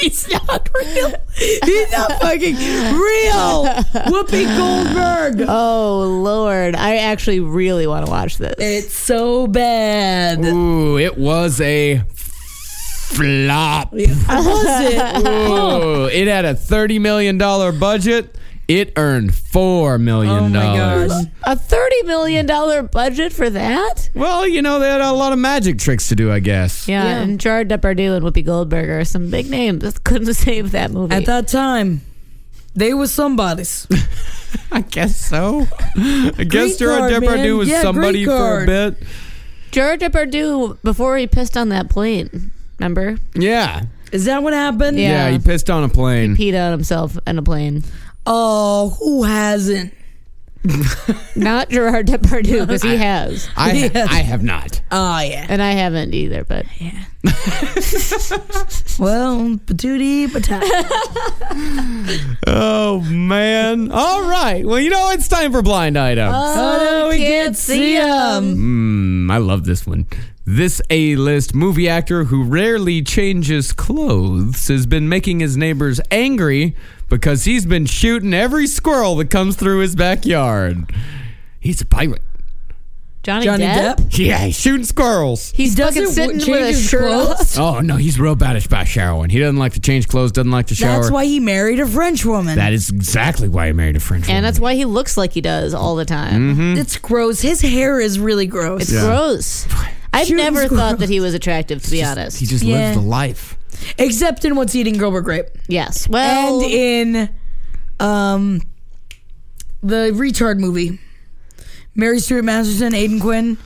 C: He's not real. He's not fucking real. Whoopi Goldberg.
B: oh Lord, I actually really want to watch this.
C: It's so bad.
A: Ooh, it was a flop.
C: Was it?
A: Ooh, it had a thirty million dollar budget. It earned four
C: Oh
A: million dollars.
B: a thirty million dollar budget for that?
A: well, you know they had a lot of magic tricks to do, I guess.
B: Yeah, and Gerard Depardieu and Whoopi Goldberg are some big names. That couldn't save that movie.
C: At that time, They were somebody's.
A: I guess so. I guess
C: Greek
A: Gerard
C: card, man.
A: Depardieu was
C: Yeah,
A: somebody for a
C: Greek card.
A: bit.
B: Gerard Depardieu before he pissed on that plane. Remember?
A: Yeah.
C: Is that what happened?
B: Yeah.
A: Yeah, he pissed on a plane.
B: Peed on himself in a plane.
C: Oh, who hasn't?
B: Not Gerard Depardieu because he has,
A: I, ha-
C: Yes.
A: I have not.
C: Oh yeah.
B: and I haven't either. But
C: Well, patootie patata.
A: Oh, man. All right. Well, you know, it's time for Blind Item.
C: Oh, no, we can't see 'em.
A: Mm, I love this one. This A list movie actor who rarely changes clothes has been making his neighbors angry because he's been shooting every squirrel that comes through his backyard. He's a pirate.
B: Johnny,
C: Johnny
B: Depp,
C: Depp.
A: Yeah, he's shooting squirrels.
B: he's fucking
C: doesn't
B: sitting
C: w-
B: with
C: change
B: a
C: his
B: shirt
C: clothes?
B: off.
A: Oh, no, he's robotish by showering. He doesn't like to change clothes, doesn't like to shower.
C: That's why he married a French woman.
A: that is exactly why he married a French woman.
B: and that's why he looks like he does all the time.
A: Mm-hmm.
C: it's gross. His hair is really gross.
B: It's gross. I've
C: Shooting
B: never
C: squirrels.
B: thought that he was attractive, to be honest.
A: he just
C: Yeah.
A: lives the life.
C: Except in what's eating Gilbert Grape.
B: yes. Well,
C: and in um the retard movie. Mary Stuart Masterson, Aiden Quinn.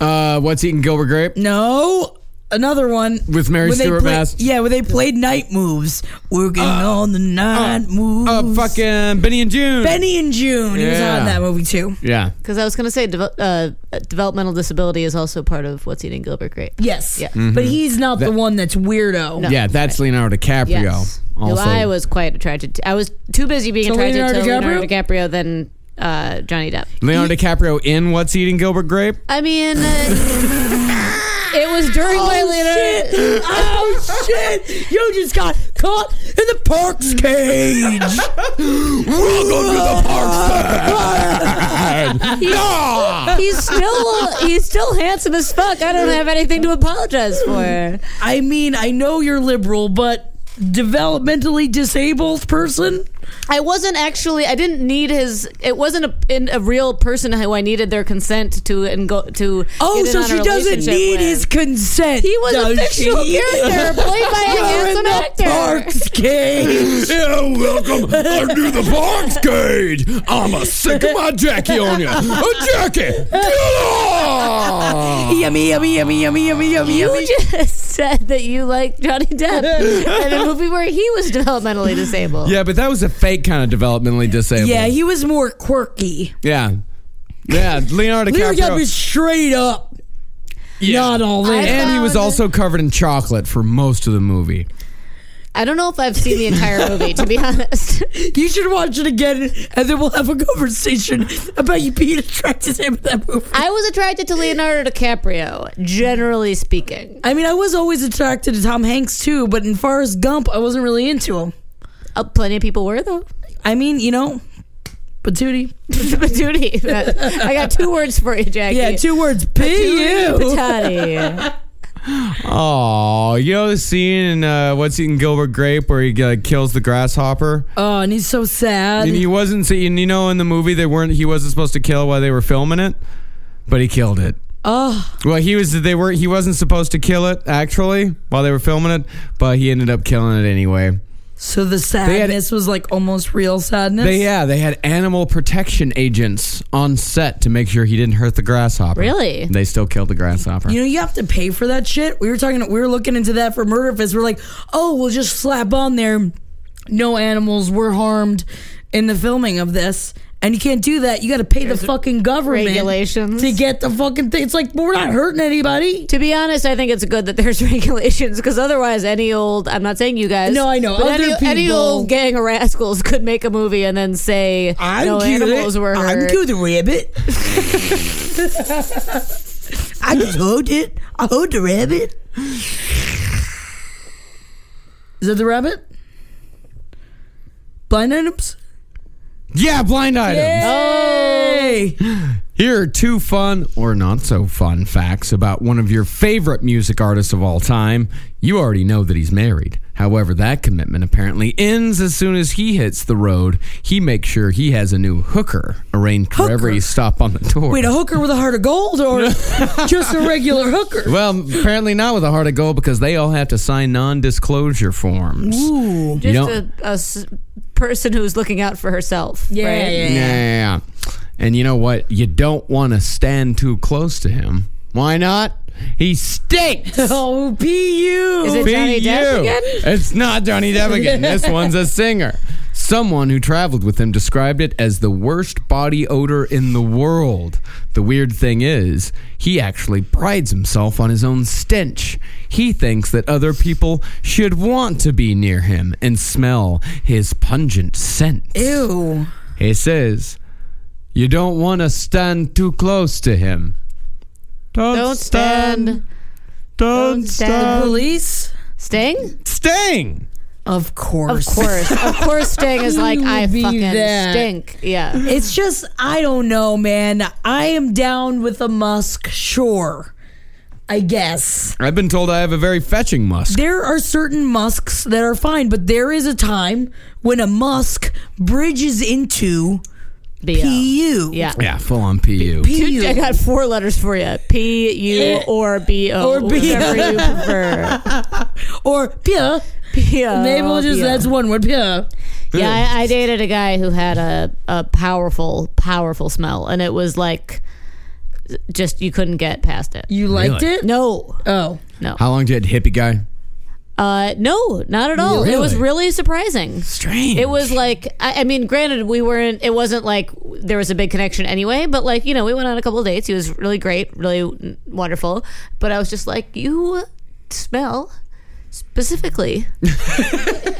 A: Uh, what's eating Gilbert Grape?
C: No, another one
A: With Mary
C: When they
A: Stuart
C: play-
A: Masterson.
C: Yeah, when they played night moves, working on the night moves.
A: Uh, fucking Benny and June.
C: Benny and June. He was
A: Yeah.
C: on that movie too.
A: Yeah.
B: because I was going to say devel- uh, developmental disability is also part of what's eating Gilbert Grape.
C: Yes,
B: Yeah.
A: Mm-hmm.
C: but he's not the one that's weirdo.
A: Yeah, that's Leonardo DiCaprio.
B: Yes. No,
A: Also,
B: I was quite attracted. To, I was too busy being
C: To
B: attracted
C: Leonardo
B: to Leonardo DiCaprio than uh, Johnny Depp.
A: Leonardo DiCaprio in What's Eating Gilbert Grape?
B: I mean, uh, it was during my Leonardo.
C: Oh, Shit. Oh shit! You just got caught in the park's cage.
B: He's still he's still handsome as fuck. I don't have anything to apologize for.
C: I mean, I know you're liberal, but developmentally disabled person.
B: I wasn't actually. I didn't need his. It wasn't a, in a real person who I needed their consent to and go to.
C: Oh,
B: get in
C: so
B: on a
C: she doesn't
B: relationship
C: need
B: with.
C: his consent.
B: He was a
C: does
B: fictional
C: she?
B: character played by a
C: You're in
B: handsome
C: the
B: actor.
C: Park's cage.
A: Yeah, welcome. I'm new the Barnes Cage. I'm a sick of my Jackie on you. Oh, Jackie, get off!
C: yummy, yummy, yummy, yummy, yummy, yummy,
B: You
C: yummy.
B: just said that you like Johnny Depp in a movie where he was developmentally disabled.
A: Yeah, but that was a fake kind of developmentally disabled.
C: Yeah, he was more quirky.
A: yeah, yeah. Leonardo
C: Lear
A: DiCaprio.
C: was straight up not all
B: I
C: that.
A: and he was
B: found-
A: also covered in chocolate for most of the movie.
B: I don't know if I've seen the entire movie, to be honest.
C: You should watch it again, and then we'll have a conversation about you being attracted to him in that movie.
B: I was attracted to Leonardo DiCaprio, generally speaking.
C: I mean, I was always attracted to Tom Hanks too, but in Forrest Gump, I wasn't really into him.
B: Uh, plenty of people were, though.
C: I mean, you know, patootie.
B: Patootie. That- I got two words for you, Jackie.
C: Yeah, two words.
B: Patootie,
C: P.U.
B: Patati.
A: Oh, you know the scene in uh, What's Eating Gilbert Grape where he uh, kills the grasshopper?
C: Oh, and he's so sad.
A: And he wasn't seeing, you know, in the movie they weren't. He wasn't supposed to kill while they were filming it, but he killed it.
C: Oh,
A: Well, he was. They were. He wasn't supposed to kill it actually while they were filming it, but he ended up killing it anyway.
C: so the sadness was like almost real sadness.
A: They yeah, they had animal protection agents on set to make sure he didn't hurt the grasshopper.
B: Really?
A: They still killed the grasshopper.
C: You know, you have to pay for that shit. We were talking, we were looking into that for Murder Fist. We're like, oh, we'll just slap on there. No animals were harmed in the filming of this. And you can't do that. You got to pay the fucking government
B: regulations.
C: to get the fucking thing. It's like, well, we're not hurting anybody.
B: To be honest, I think it's good that there's regulations because otherwise, any old I'm not saying you guys.
C: No, I know.
B: But
C: Other
B: any, any
C: people-
B: old gang of rascals could make a movie and then say no animals were hurt.
C: I'm cute, rabbit. I just hold it. I hold the rabbit. Is that the rabbit? Blind items?
A: yeah, blind items.
C: Hey!
A: Here are two fun or not so fun facts about one of your favorite music artists of all time. You already know that he's married. However, that commitment apparently ends as soon as he hits the road. He makes sure he has a new hooker arranged for every
C: Hooker?
A: stop on the tour.
C: Wait, a hooker with a heart of gold or just a regular hooker?
A: well, apparently not with a heart of gold because they all have to sign non-disclosure forms. Ooh,
B: Just a, a s- person who's looking out for herself.
C: Yeah,
B: right?
C: yeah,
A: Yeah, yeah, yeah. And you know what? You don't want to stand too close to him. Why not? He stinks.
C: Oh, pu.
B: Is it Johnny Depp
A: you.
B: again?
A: It's not Johnny Depp again. this one's a singer. Someone who traveled with him described it as the worst body odor in the world. The weird thing is, he actually prides himself on his own stench. He thinks that other people should want to be near him and smell his pungent scent.
C: Ew.
A: He says, You don't want to stand too close to him.
B: Don't stand.
A: Don't,
B: don't stand.
A: stand.
C: Police?
B: Sting?
A: Sting!
C: Of
B: Of
C: course.
B: course. of course, Sting is like, I
C: You be
B: fucking
C: that.
B: stink. Yeah.
C: It's just I don't know, man. I am down with a Musk, sure. I guess.
A: I've been told I have a very fetching musk.
C: There are certain musks that are fine, but there is a time when a musk bridges into
B: B.O.
C: PU.
B: Yeah.
A: Yeah, full on PU.
C: PU.
B: I got four letters for you. P, U, or B, O.
C: Eh. Or B.O.
B: Whatever you prefer.
C: Or PU.
B: Oh, P, O,
C: Maybe we'll just,
B: B.O.
C: that's one word, PU.
B: Yeah, I, I dated a guy who had a, a powerful, powerful smell, and it was like just you couldn't get past it.
C: You liked
A: Really?
C: it?
B: No,
C: Oh.
B: no,
A: How long did hippie guy?
B: uh, no, not at all. It was really surprising.
A: Strange.
B: It was like, I, I mean, granted, we weren't. It wasn't like there was a big connection anyway. But like, you know, we went on a couple of dates. He was really great, really n- wonderful. But I was just like, you smell specifically,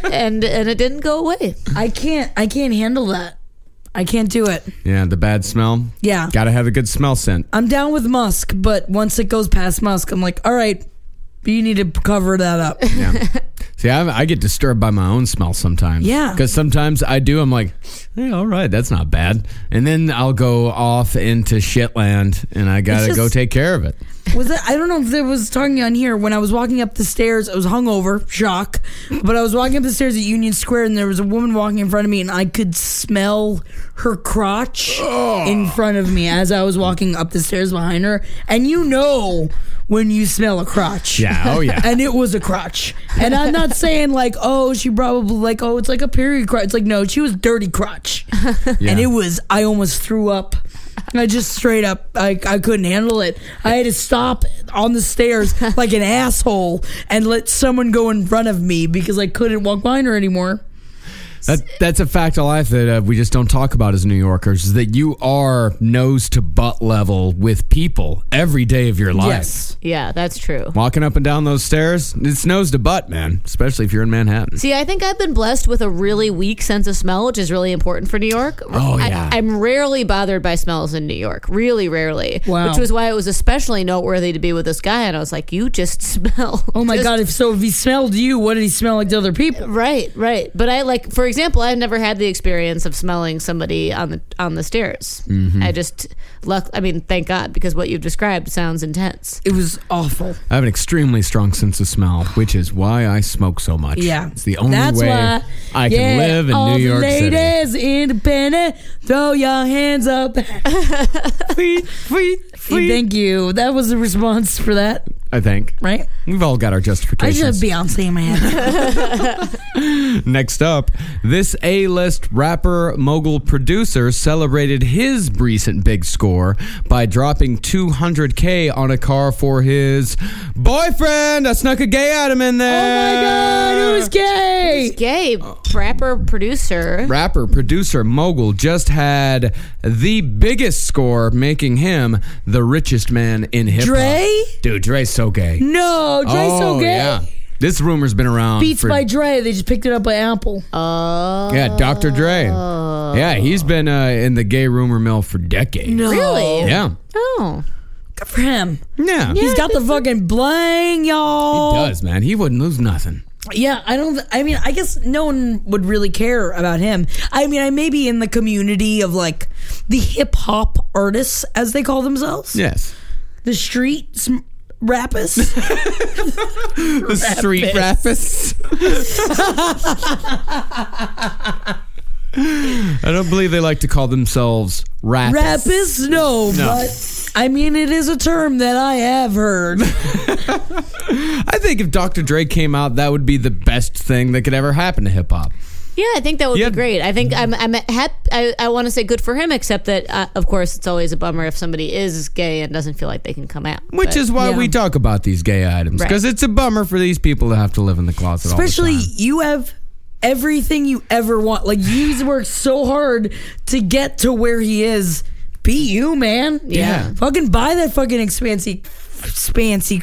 B: and and it didn't go away.
C: I can't I can't handle that. I can't do it.
A: Yeah, the bad smell.
C: Yeah. Uh,
A: Gotta have a good smell scent.
C: I'm down with Musk, but once it goes past Musk, I'm like, all right, you need to cover that up.
A: Yeah. See, I, I get disturbed by my own smell sometimes.
C: Yeah.
A: Because sometimes I do, I'm like, hey, all right, that's not bad. And then I'll go off into shitland and I gotta
C: It's
A: go
C: just-
A: take care of it.
C: Was that? I don't know if there was talking on here. When I was walking up the stairs, I was hungover, shock. But I was walking up the stairs at Union Square, and there was a woman walking in front of me, and I could smell her crotch in front of me as I was walking up the stairs behind her. And you know when you smell a crotch.
A: Yeah, oh yeah.
C: And it was a crotch. And I'm not saying like, oh, she probably like, oh, it's like a period crotch. It's like, no, she was dirty crotch. And it was, I almost threw up. I just straight up, I, I couldn't handle it. I had to stop on the stairs like an asshole and let someone go in front of me because I couldn't walk behind her anymore.
A: That, that's a fact of life that uh, we just don't talk about as New Yorkers is that you are nose to butt level with people every day of your life.
C: Yes.
B: Yeah, that's true.
A: Walking up and down those stairs, it's nose to butt, man, especially if you're in Manhattan.
B: See, I think I've been blessed with a really weak sense of smell, which is really important for New York.
A: Oh, yeah.
B: I, am rarely bothered by smells in New York, really rarely.
C: Wow.
B: Which was why it was especially noteworthy to be with this guy, and I was like, "You just smell."
C: Oh my
B: Just-
C: God. If so, if he smelled you, what did he smell like to other people?
B: Right, right. But I like, for example, I've never had the experience of smelling somebody on the on the stairs.
C: Mm-hmm.
B: I just luck. I mean, thank God, because what you've described sounds intense.
C: It was awful.
A: I have an extremely strong sense of smell, which is why I smoke so much.
C: Yeah,
A: It's the only
C: That's
A: way
C: why,
A: I can
C: yeah,
A: live in
C: all
A: New
C: the
A: York City.
C: ladies, independent, throw your hands up. free, free, free. Thank you. That was the response for that,
A: I think.
C: right?
A: We've all got our
C: I
A: justifications.
C: should have Beyonce in my head.
A: Next up, this A list rapper mogul producer celebrated his recent big score by dropping 200K on a car for his boyfriend. I snuck a gay item in there.
C: oh my God, who's gay?
B: Gay rapper producer.
A: Rapper, producer, mogul just had the biggest score, making him the richest man in hip hop.
C: Dre?
A: Dude, Dre's so gay.
C: No, Dre's so
A: Oh,
C: gay.
A: Yeah. This rumor's been around.
C: Beats
A: for
C: by Dre. They just picked it up by Apple.
B: Oh,
A: Yeah, Dr. Dre. Yeah, he's been uh, in the gay rumor mill for decades.
B: really?
A: Yeah.
B: Oh.
C: Good for him.
A: Yeah.
C: He's got the fucking bling, y'all.
A: He does, man. He wouldn't lose nothing.
C: Yeah, I don't. I mean, I guess no one would really care about him. I mean, I may be in the community of like the hip hop artists, as they call themselves,
A: Yes.
C: the street sm- rappers.
A: The street rapists. I don't believe they like to call themselves rapists.
C: rappers, no, but I mean, it is a term that I have heard.
A: I think if Dr. Dre came out, that would be the best thing that could ever happen to hip hop.
B: Yeah, I think that would
A: Yeah.
B: be great. I think I'm I'm hap- I, I want to say good for him, except that uh, of course it's always a bummer if somebody is gay and doesn't feel like they can come out.
A: Which
B: but-
A: is why
C: yeah.
A: we talk about these gay items
B: Right.
A: because it's a bummer for these people to have to live in the closet.
C: Especially
A: all the time.
C: you have everything you ever want. Like you've worked so hard to get to where he is. Be you, man.
B: Yeah.
C: Fucking buy that fucking expansive expansive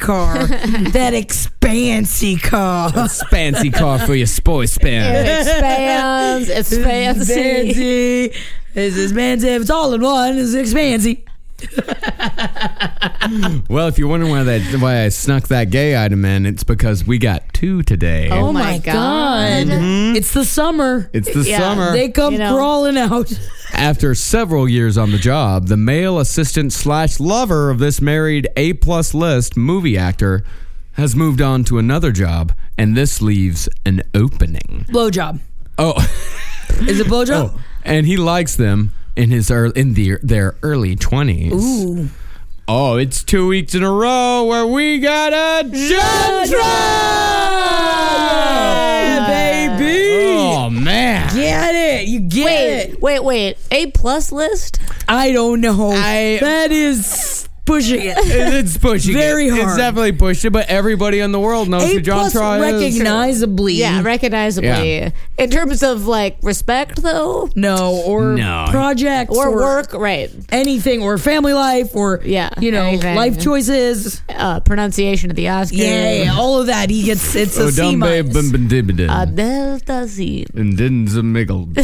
C: car. that expansive car.
A: fancy car for your spoy span.
B: it expands, it's fancy.
C: Expansive. It's expansive. It's all in one. It's expansive.
A: Well, if you're wondering why that why I snuck that gay item in, it's because we got two today.
B: Oh my God.
A: Mm-hmm.
C: It's the summer.
A: It's the
B: Yeah,
A: summer.
C: They come
B: You know.
C: crawling out.
A: After several years on the job, the male assistant slash lover of this married A plus list movie actor has moved on to another job, and this leaves an opening.
C: Blowjob.
A: Oh,
C: Is it blowjob?
A: and he likes them in his ear in the, their early twenties.
C: Ooh.
A: Oh, it's two weeks in a row where we got a judge
C: Yeah, baby.
A: Oh man,
C: Get it. You get it.
B: Wait, wait, wait. A plus list?
C: I don't know.
A: I-
C: that is pushing it.
A: it's pushing.
C: Very
A: it. It's
C: hard.
A: definitely pushing, it, but everybody in the world knows
C: A
A: who John
C: plus
A: Troy is.
C: recognizably.
B: Yeah, Mm-hmm. recognizably.
A: Yeah.
B: In terms of like respect though,
C: no, or
A: No.
C: project
B: or work, right?
C: anything, or family life, or
B: Yeah,
C: you know,
B: anything.
C: life choices.
B: Uh, pronunciation of the Uh, Oscars.
C: Yeah, all of that. He gets it's
A: Oh,
C: a C minus. Uh,
B: A Delta Z.
A: and didn't miggled.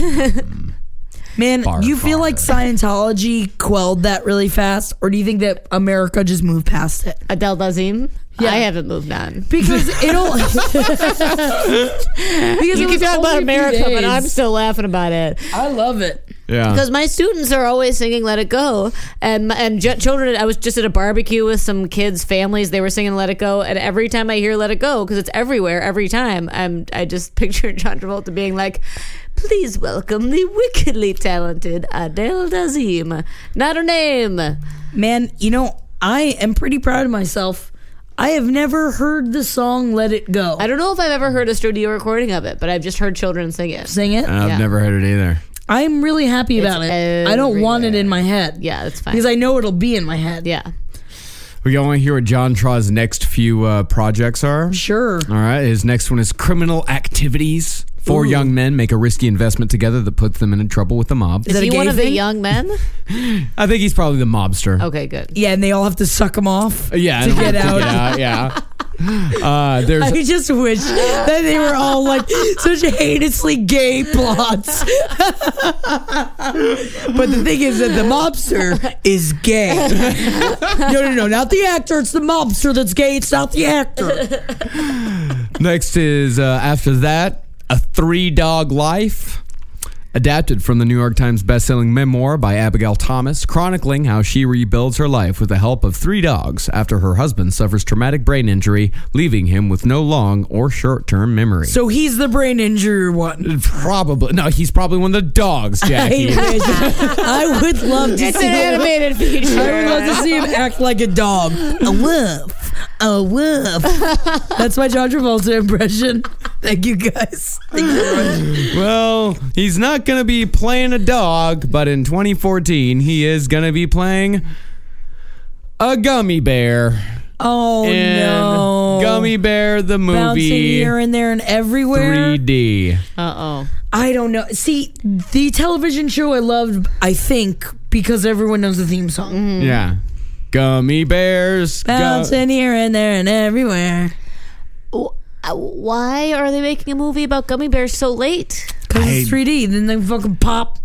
C: Man,
A: Far,
C: do you feel
A: far.
C: like Scientology quelled that really fast, or do you think that America just moved past it?
B: A Delta Z?
C: Yeah.
B: I haven't moved on.
C: Because it'll. because
B: You
C: it
B: keep
C: was
B: talking
C: only a
B: about
C: few
B: America, but
C: days.
B: I'm still laughing about it.
C: I love it.
A: Yeah.
B: because my students are always singing "Let It Go," and my- and j- children. I was just at a barbecue with some kids' families. They were singing "Let It Go," and every time I hear "Let It Go," because it's everywhere, every time, I'm I just picture John Travolta being like, "Please welcome the wickedly talented Adele Dazeem." Not her name.
C: Man, you know, I am pretty proud of myself. I have never heard the song Let It Go.
B: I don't know if I've ever heard a studio recording of it, but I've just heard children sing it.
C: sing it.
A: I've
B: yeah.
A: never heard it either.
C: I'm really happy about
B: It's
C: it. I don't want it in my head.
B: Yeah, that's fine.
C: Because I know it'll be in my head.
B: yeah.
A: We want to hear what John Troy's next few uh, projects are.
C: Sure.
A: All right, his next one is criminal activities. Four young men make a risky investment together that puts them into trouble with the mob.
B: Is,
C: that a
B: he
C: gay
B: one of the
C: thing?
B: young men?
A: I think he's probably the mobster. Uh,
B: Okay, good.
C: Yeah, and they all have to suck them off.
A: Yeah,
C: Oh. To
A: I don't
C: get
A: know.
C: out.
A: Yeah, yeah. Uh, there's
C: I just wish that they were all like such heinously gay plots. but the thing is that the mobster is gay. no, no, no, not the actor. It's the mobster that's gay. It's not the actor.
A: next is uh, after that a three dog life. Adapted from the New York Times best-selling memoir by Abigail Thomas, chronicling how she rebuilds her life with the help of three dogs after her husband suffers traumatic brain injury, leaving him with no long or short-term memory.
C: So Oh, he's the brain injury one.
A: probably no, he's probably one of the dogs,
C: I,
A: Jackie.
C: wish- I would love to
B: It's
C: see
B: an animated
C: I would love
B: feature.
C: to see him act like a dog. A wolf. A wolf. That's my John Travolta impression. Thank you guys. Thank you very much.
A: well, he's not going to be playing a dog, but in 2014, he is going to be playing a gummy bear
C: Oh
A: in
C: no!
A: Gummy Bear the
C: bouncing
A: movie
C: here and there and everywhere.
A: 3D.
B: Uh oh.
C: I don't know. See, the television show I loved, I think, because everyone knows the theme song.
A: Yeah. Gummy bears. gu-
C: Hmm. Bouncing here and there and everywhere.
B: Wh- uh, why are they making a movie about gummy bears so late?
C: Cause it's 3D. Then they fucking pop.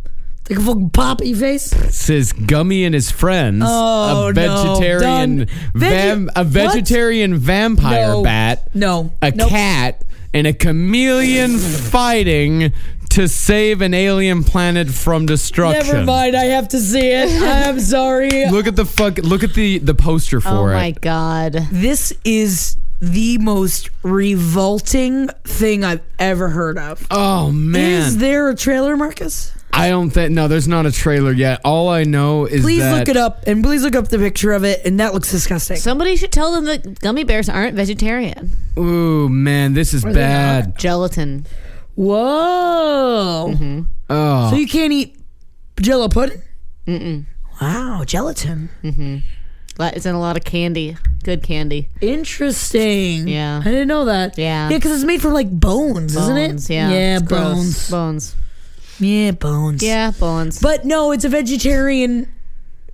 C: They can fucking pop at your face.
A: says Gummy and his friends.
C: Oh,
A: a
C: no.
A: vegetarian
C: Done.
A: vam-
C: Veggie-
A: a
C: What?
A: vegetarian vampire
C: No.
A: bat.
C: No.
A: a
C: Nope.
A: cat and a chameleon fighting to save an alien planet from destruction.
C: Never mind. I have to see it. I'm sorry.
A: Look at the fuck. Look at the the poster for
B: oh
A: it.
B: my god.
C: This is the most revolting thing I've ever heard of.
A: Oh man,
C: Is there a trailer, Marcus?
A: I don't think. No, there's not a trailer yet. All I know is
C: Please
A: that
C: look it up and please look up the picture of it. And that looks disgusting.
B: Somebody should tell them that gummy bears aren't vegetarian.
A: Ooh man, this is bad.
B: Gelatin.
C: Whoa.
B: Mm-hmm.
A: Oh,
C: So you can't eat jello pudding? Mm-mm. Wow, gelatin.
B: Lot- It's in a lot of candy. Good candy.
C: Interesting.
B: Yeah.
C: I didn't know that.
B: Yeah.
C: Yeah, because it's made from like bones, isn't
B: Bones,
C: it?
B: Yeah.
C: Yeah,
B: It's gross.
C: bones.
B: Bones.
C: Yeah, bones.
B: Yeah, bones.
C: But no, it's a vegetarian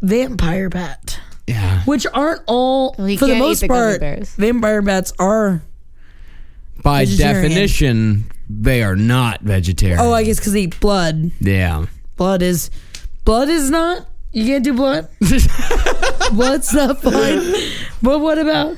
C: vampire bat,
A: yeah.
C: which aren't all,
B: Well, you
C: for the
B: can't eat
C: most
B: the gummy
C: part,
B: bears.
C: vampire bats are.
A: By
C: Vegetarian.
A: definition, they are not vegetarian.
C: Oh, I guess because they eat blood.
A: yeah.
C: Blood is. Blood is not. You can't do blood. Blood's not fine. But what about?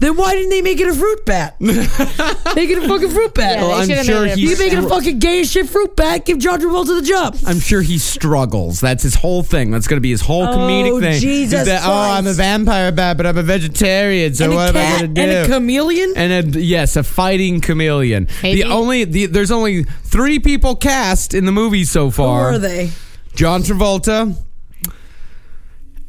C: Then why didn't they make it a fruit bat? make it a fucking fruit bat.
B: Yeah, they
A: Oh, I'm
B: should've
A: sure
B: made it
A: he's-
C: you
B: for
C: make it a
B: them.
C: fucking gay as shit fruit bat. Give John Travolta the job.
A: I'm sure he struggles. That's his whole thing. That's going to be his whole comedic thing.
C: Oh, Jesus
A: He's that, oh, I'm a
C: Christ.
A: vampire bat, but I'm a vegetarian. So
C: and
A: what
C: a
A: am I
C: cat
A: going to do?
C: and a chameleon.
A: and a, yes, a fighting chameleon.
B: Hey,
A: the
B: dude.
A: only the, there's only three people cast in the movie so
C: Who
A: far.
C: are they?
A: John Travolta,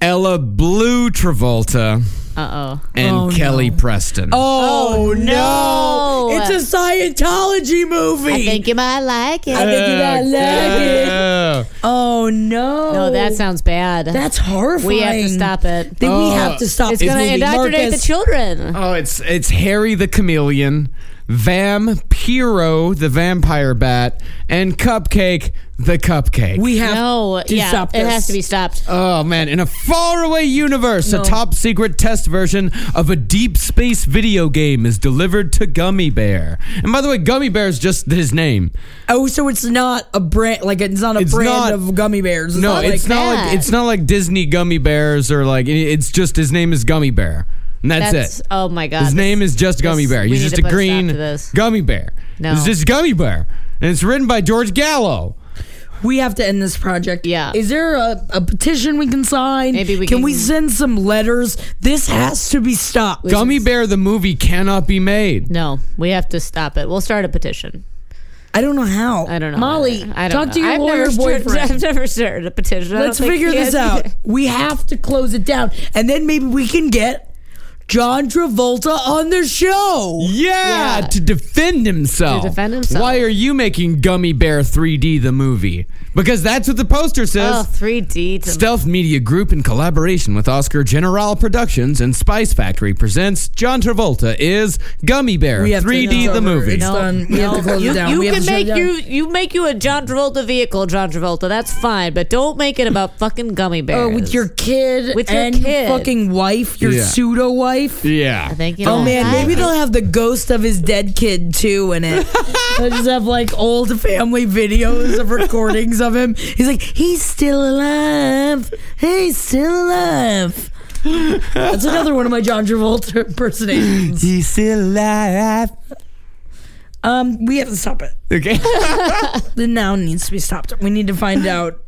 A: Ella Blue Travolta,
B: Uh oh.
A: and
C: Oh,
A: Kelly Preston.
C: Oh, no.
B: no.
C: It's a Scientology movie.
B: I think you might like it.
C: I think you might like it.
A: Oh.
C: Oh no.
B: no, that sounds bad.
C: that's horrifying.
B: we have to stop it.
C: Then we
A: Oh.
C: have to stop.
B: It's
C: this
B: going to
C: movie.
B: indoctrinate
C: Marcus,
B: the children.
A: Oh, it's it's Harry the Chameleon, Vampiro the Vampire Bat, and Cupcake the Cupcake.
C: We have
B: No,
C: to
B: yeah,
C: stop.
B: it
C: this.
B: has to be stopped.
A: Oh man, in a faraway universe, a top secret test version of a deep space video game is delivered to Gummy Bear. And by the way, Gummy Bear is just his name.
C: Oh, so it's not a brand. Like it's not a
A: It's
C: brand
A: not-
C: of gummy bears. It's
A: no,
C: not
A: it's
C: like,
A: not
B: that.
A: like it's not like Disney Gummy Bears or like it's just his name is Gummy Bear. And that's,
B: That's,
A: it.
B: oh my God.
A: His
B: this-
A: name is just Gummy
B: this-
A: Bear.
B: we
A: He's
B: need
A: just
B: to
A: a
B: put stop
A: green
B: to this.
A: Gummy Bear.
B: No.
A: It's just Gummy Bear. And it's written by George Gallo.
C: We have to end this project.
B: Yeah.
C: Is there a, a petition we can sign?
B: Maybe we
C: can.
B: can-
C: we send some letters? This has to be stopped.
A: Gummy Bear the movie cannot be made.
B: No, we have to stop it. We'll start a petition.
C: I don't know how.
B: I don't know.
C: Molly,
B: I don't
C: talk
B: know.
C: to your
B: I've
C: lawyer
B: never started-
C: boyfriend.
B: I've never started a petition. I
C: Let's
B: don't think
C: figure
B: he
C: this
B: has-
C: out. We have to close it down, and then maybe we can get John Travolta on the show.
A: Yeah,
B: Yeah.
A: to defend himself.
B: To defend himself.
A: Why are you making Gummy Bear 3D the movie? Because that's what the poster says.
B: Oh, 3D. To
A: Stealth Media Group, in collaboration with Oscar General Productions and Spice Factory, presents John Travolta is Gummy Bear
C: We have to-
A: 3D
C: it's
A: the
C: over.
A: movie.
C: It's done. We have to close
B: you,
C: it down.
B: you
C: we have
B: can
C: to shut it
B: make
C: down.
B: you you make you a John Travolta vehicle, John Travolta. That's fine, but don't make it about fucking gummy bears.
C: Oh, with your kid
B: With your
C: and
B: kid.
C: fucking wife, your
A: Yeah.
C: pseudo wife.
A: Yeah.
B: I think you
C: Oh
B: know
C: man,
B: that.
C: maybe they'll have the ghost of his dead kid too in it. They'll just have like old family videos of recordings of him. He's like, he's still alive. He's still alive. That's another one of my John Travolta impersonations.
A: He's still alive.
C: Um, we have to stop it.
A: Okay.
C: The noun needs to be stopped. We need to find out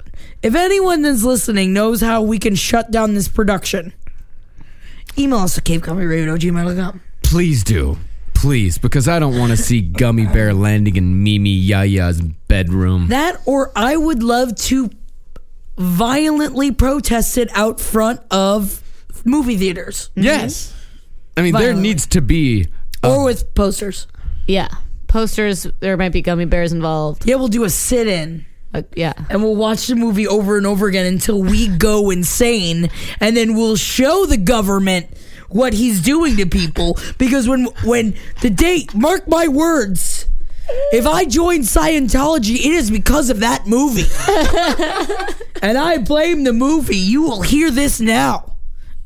C: if anyone that's listening knows how we can shut down this production. Email us at cavecommyradio@gmail.com.
A: Please do. Please, because I don't want to see Gummy Bear landing in Mimi Yaya's bedroom.
C: That or I would love to violently protest it out front of movie theaters
A: yes. I mean, there
C: Violently.
A: needs to be
C: or with posters.
B: yeah posters. There might be gummy bears involved.
C: Yeah, we'll do a sit in
B: Uh, yeah,
C: and we'll watch the movie over and over again until we go insane and then we'll show the government what he's doing to people because when when the date mark my words if I join Scientology, it is because of that movie. and I blame the movie. You will hear this now.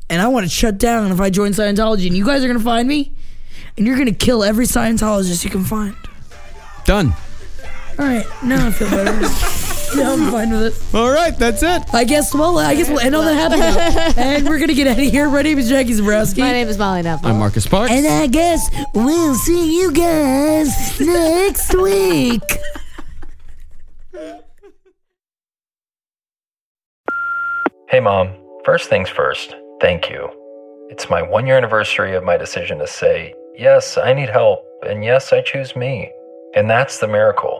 C: And I want to shut down if I join Scientology. And you guys are going to find me. And you're going to kill every Scientologist you can find.
A: done.
C: All right. Now I feel better. now I'm fine with it.
A: All right, that's it.
C: I guess well, I guess we'll end on that happy note. and we're gonna get out of here. My name is Jackie
B: my
C: Zabrowski.
B: name is Molly Neville.
A: I'm Marcus Parks.
C: And I guess we'll see you guys next week.
D: Hey, Mom. First things first, thank you. It's my one year anniversary of my decision to say, yes, I need help, and yes, I choose me. And that's the miracle.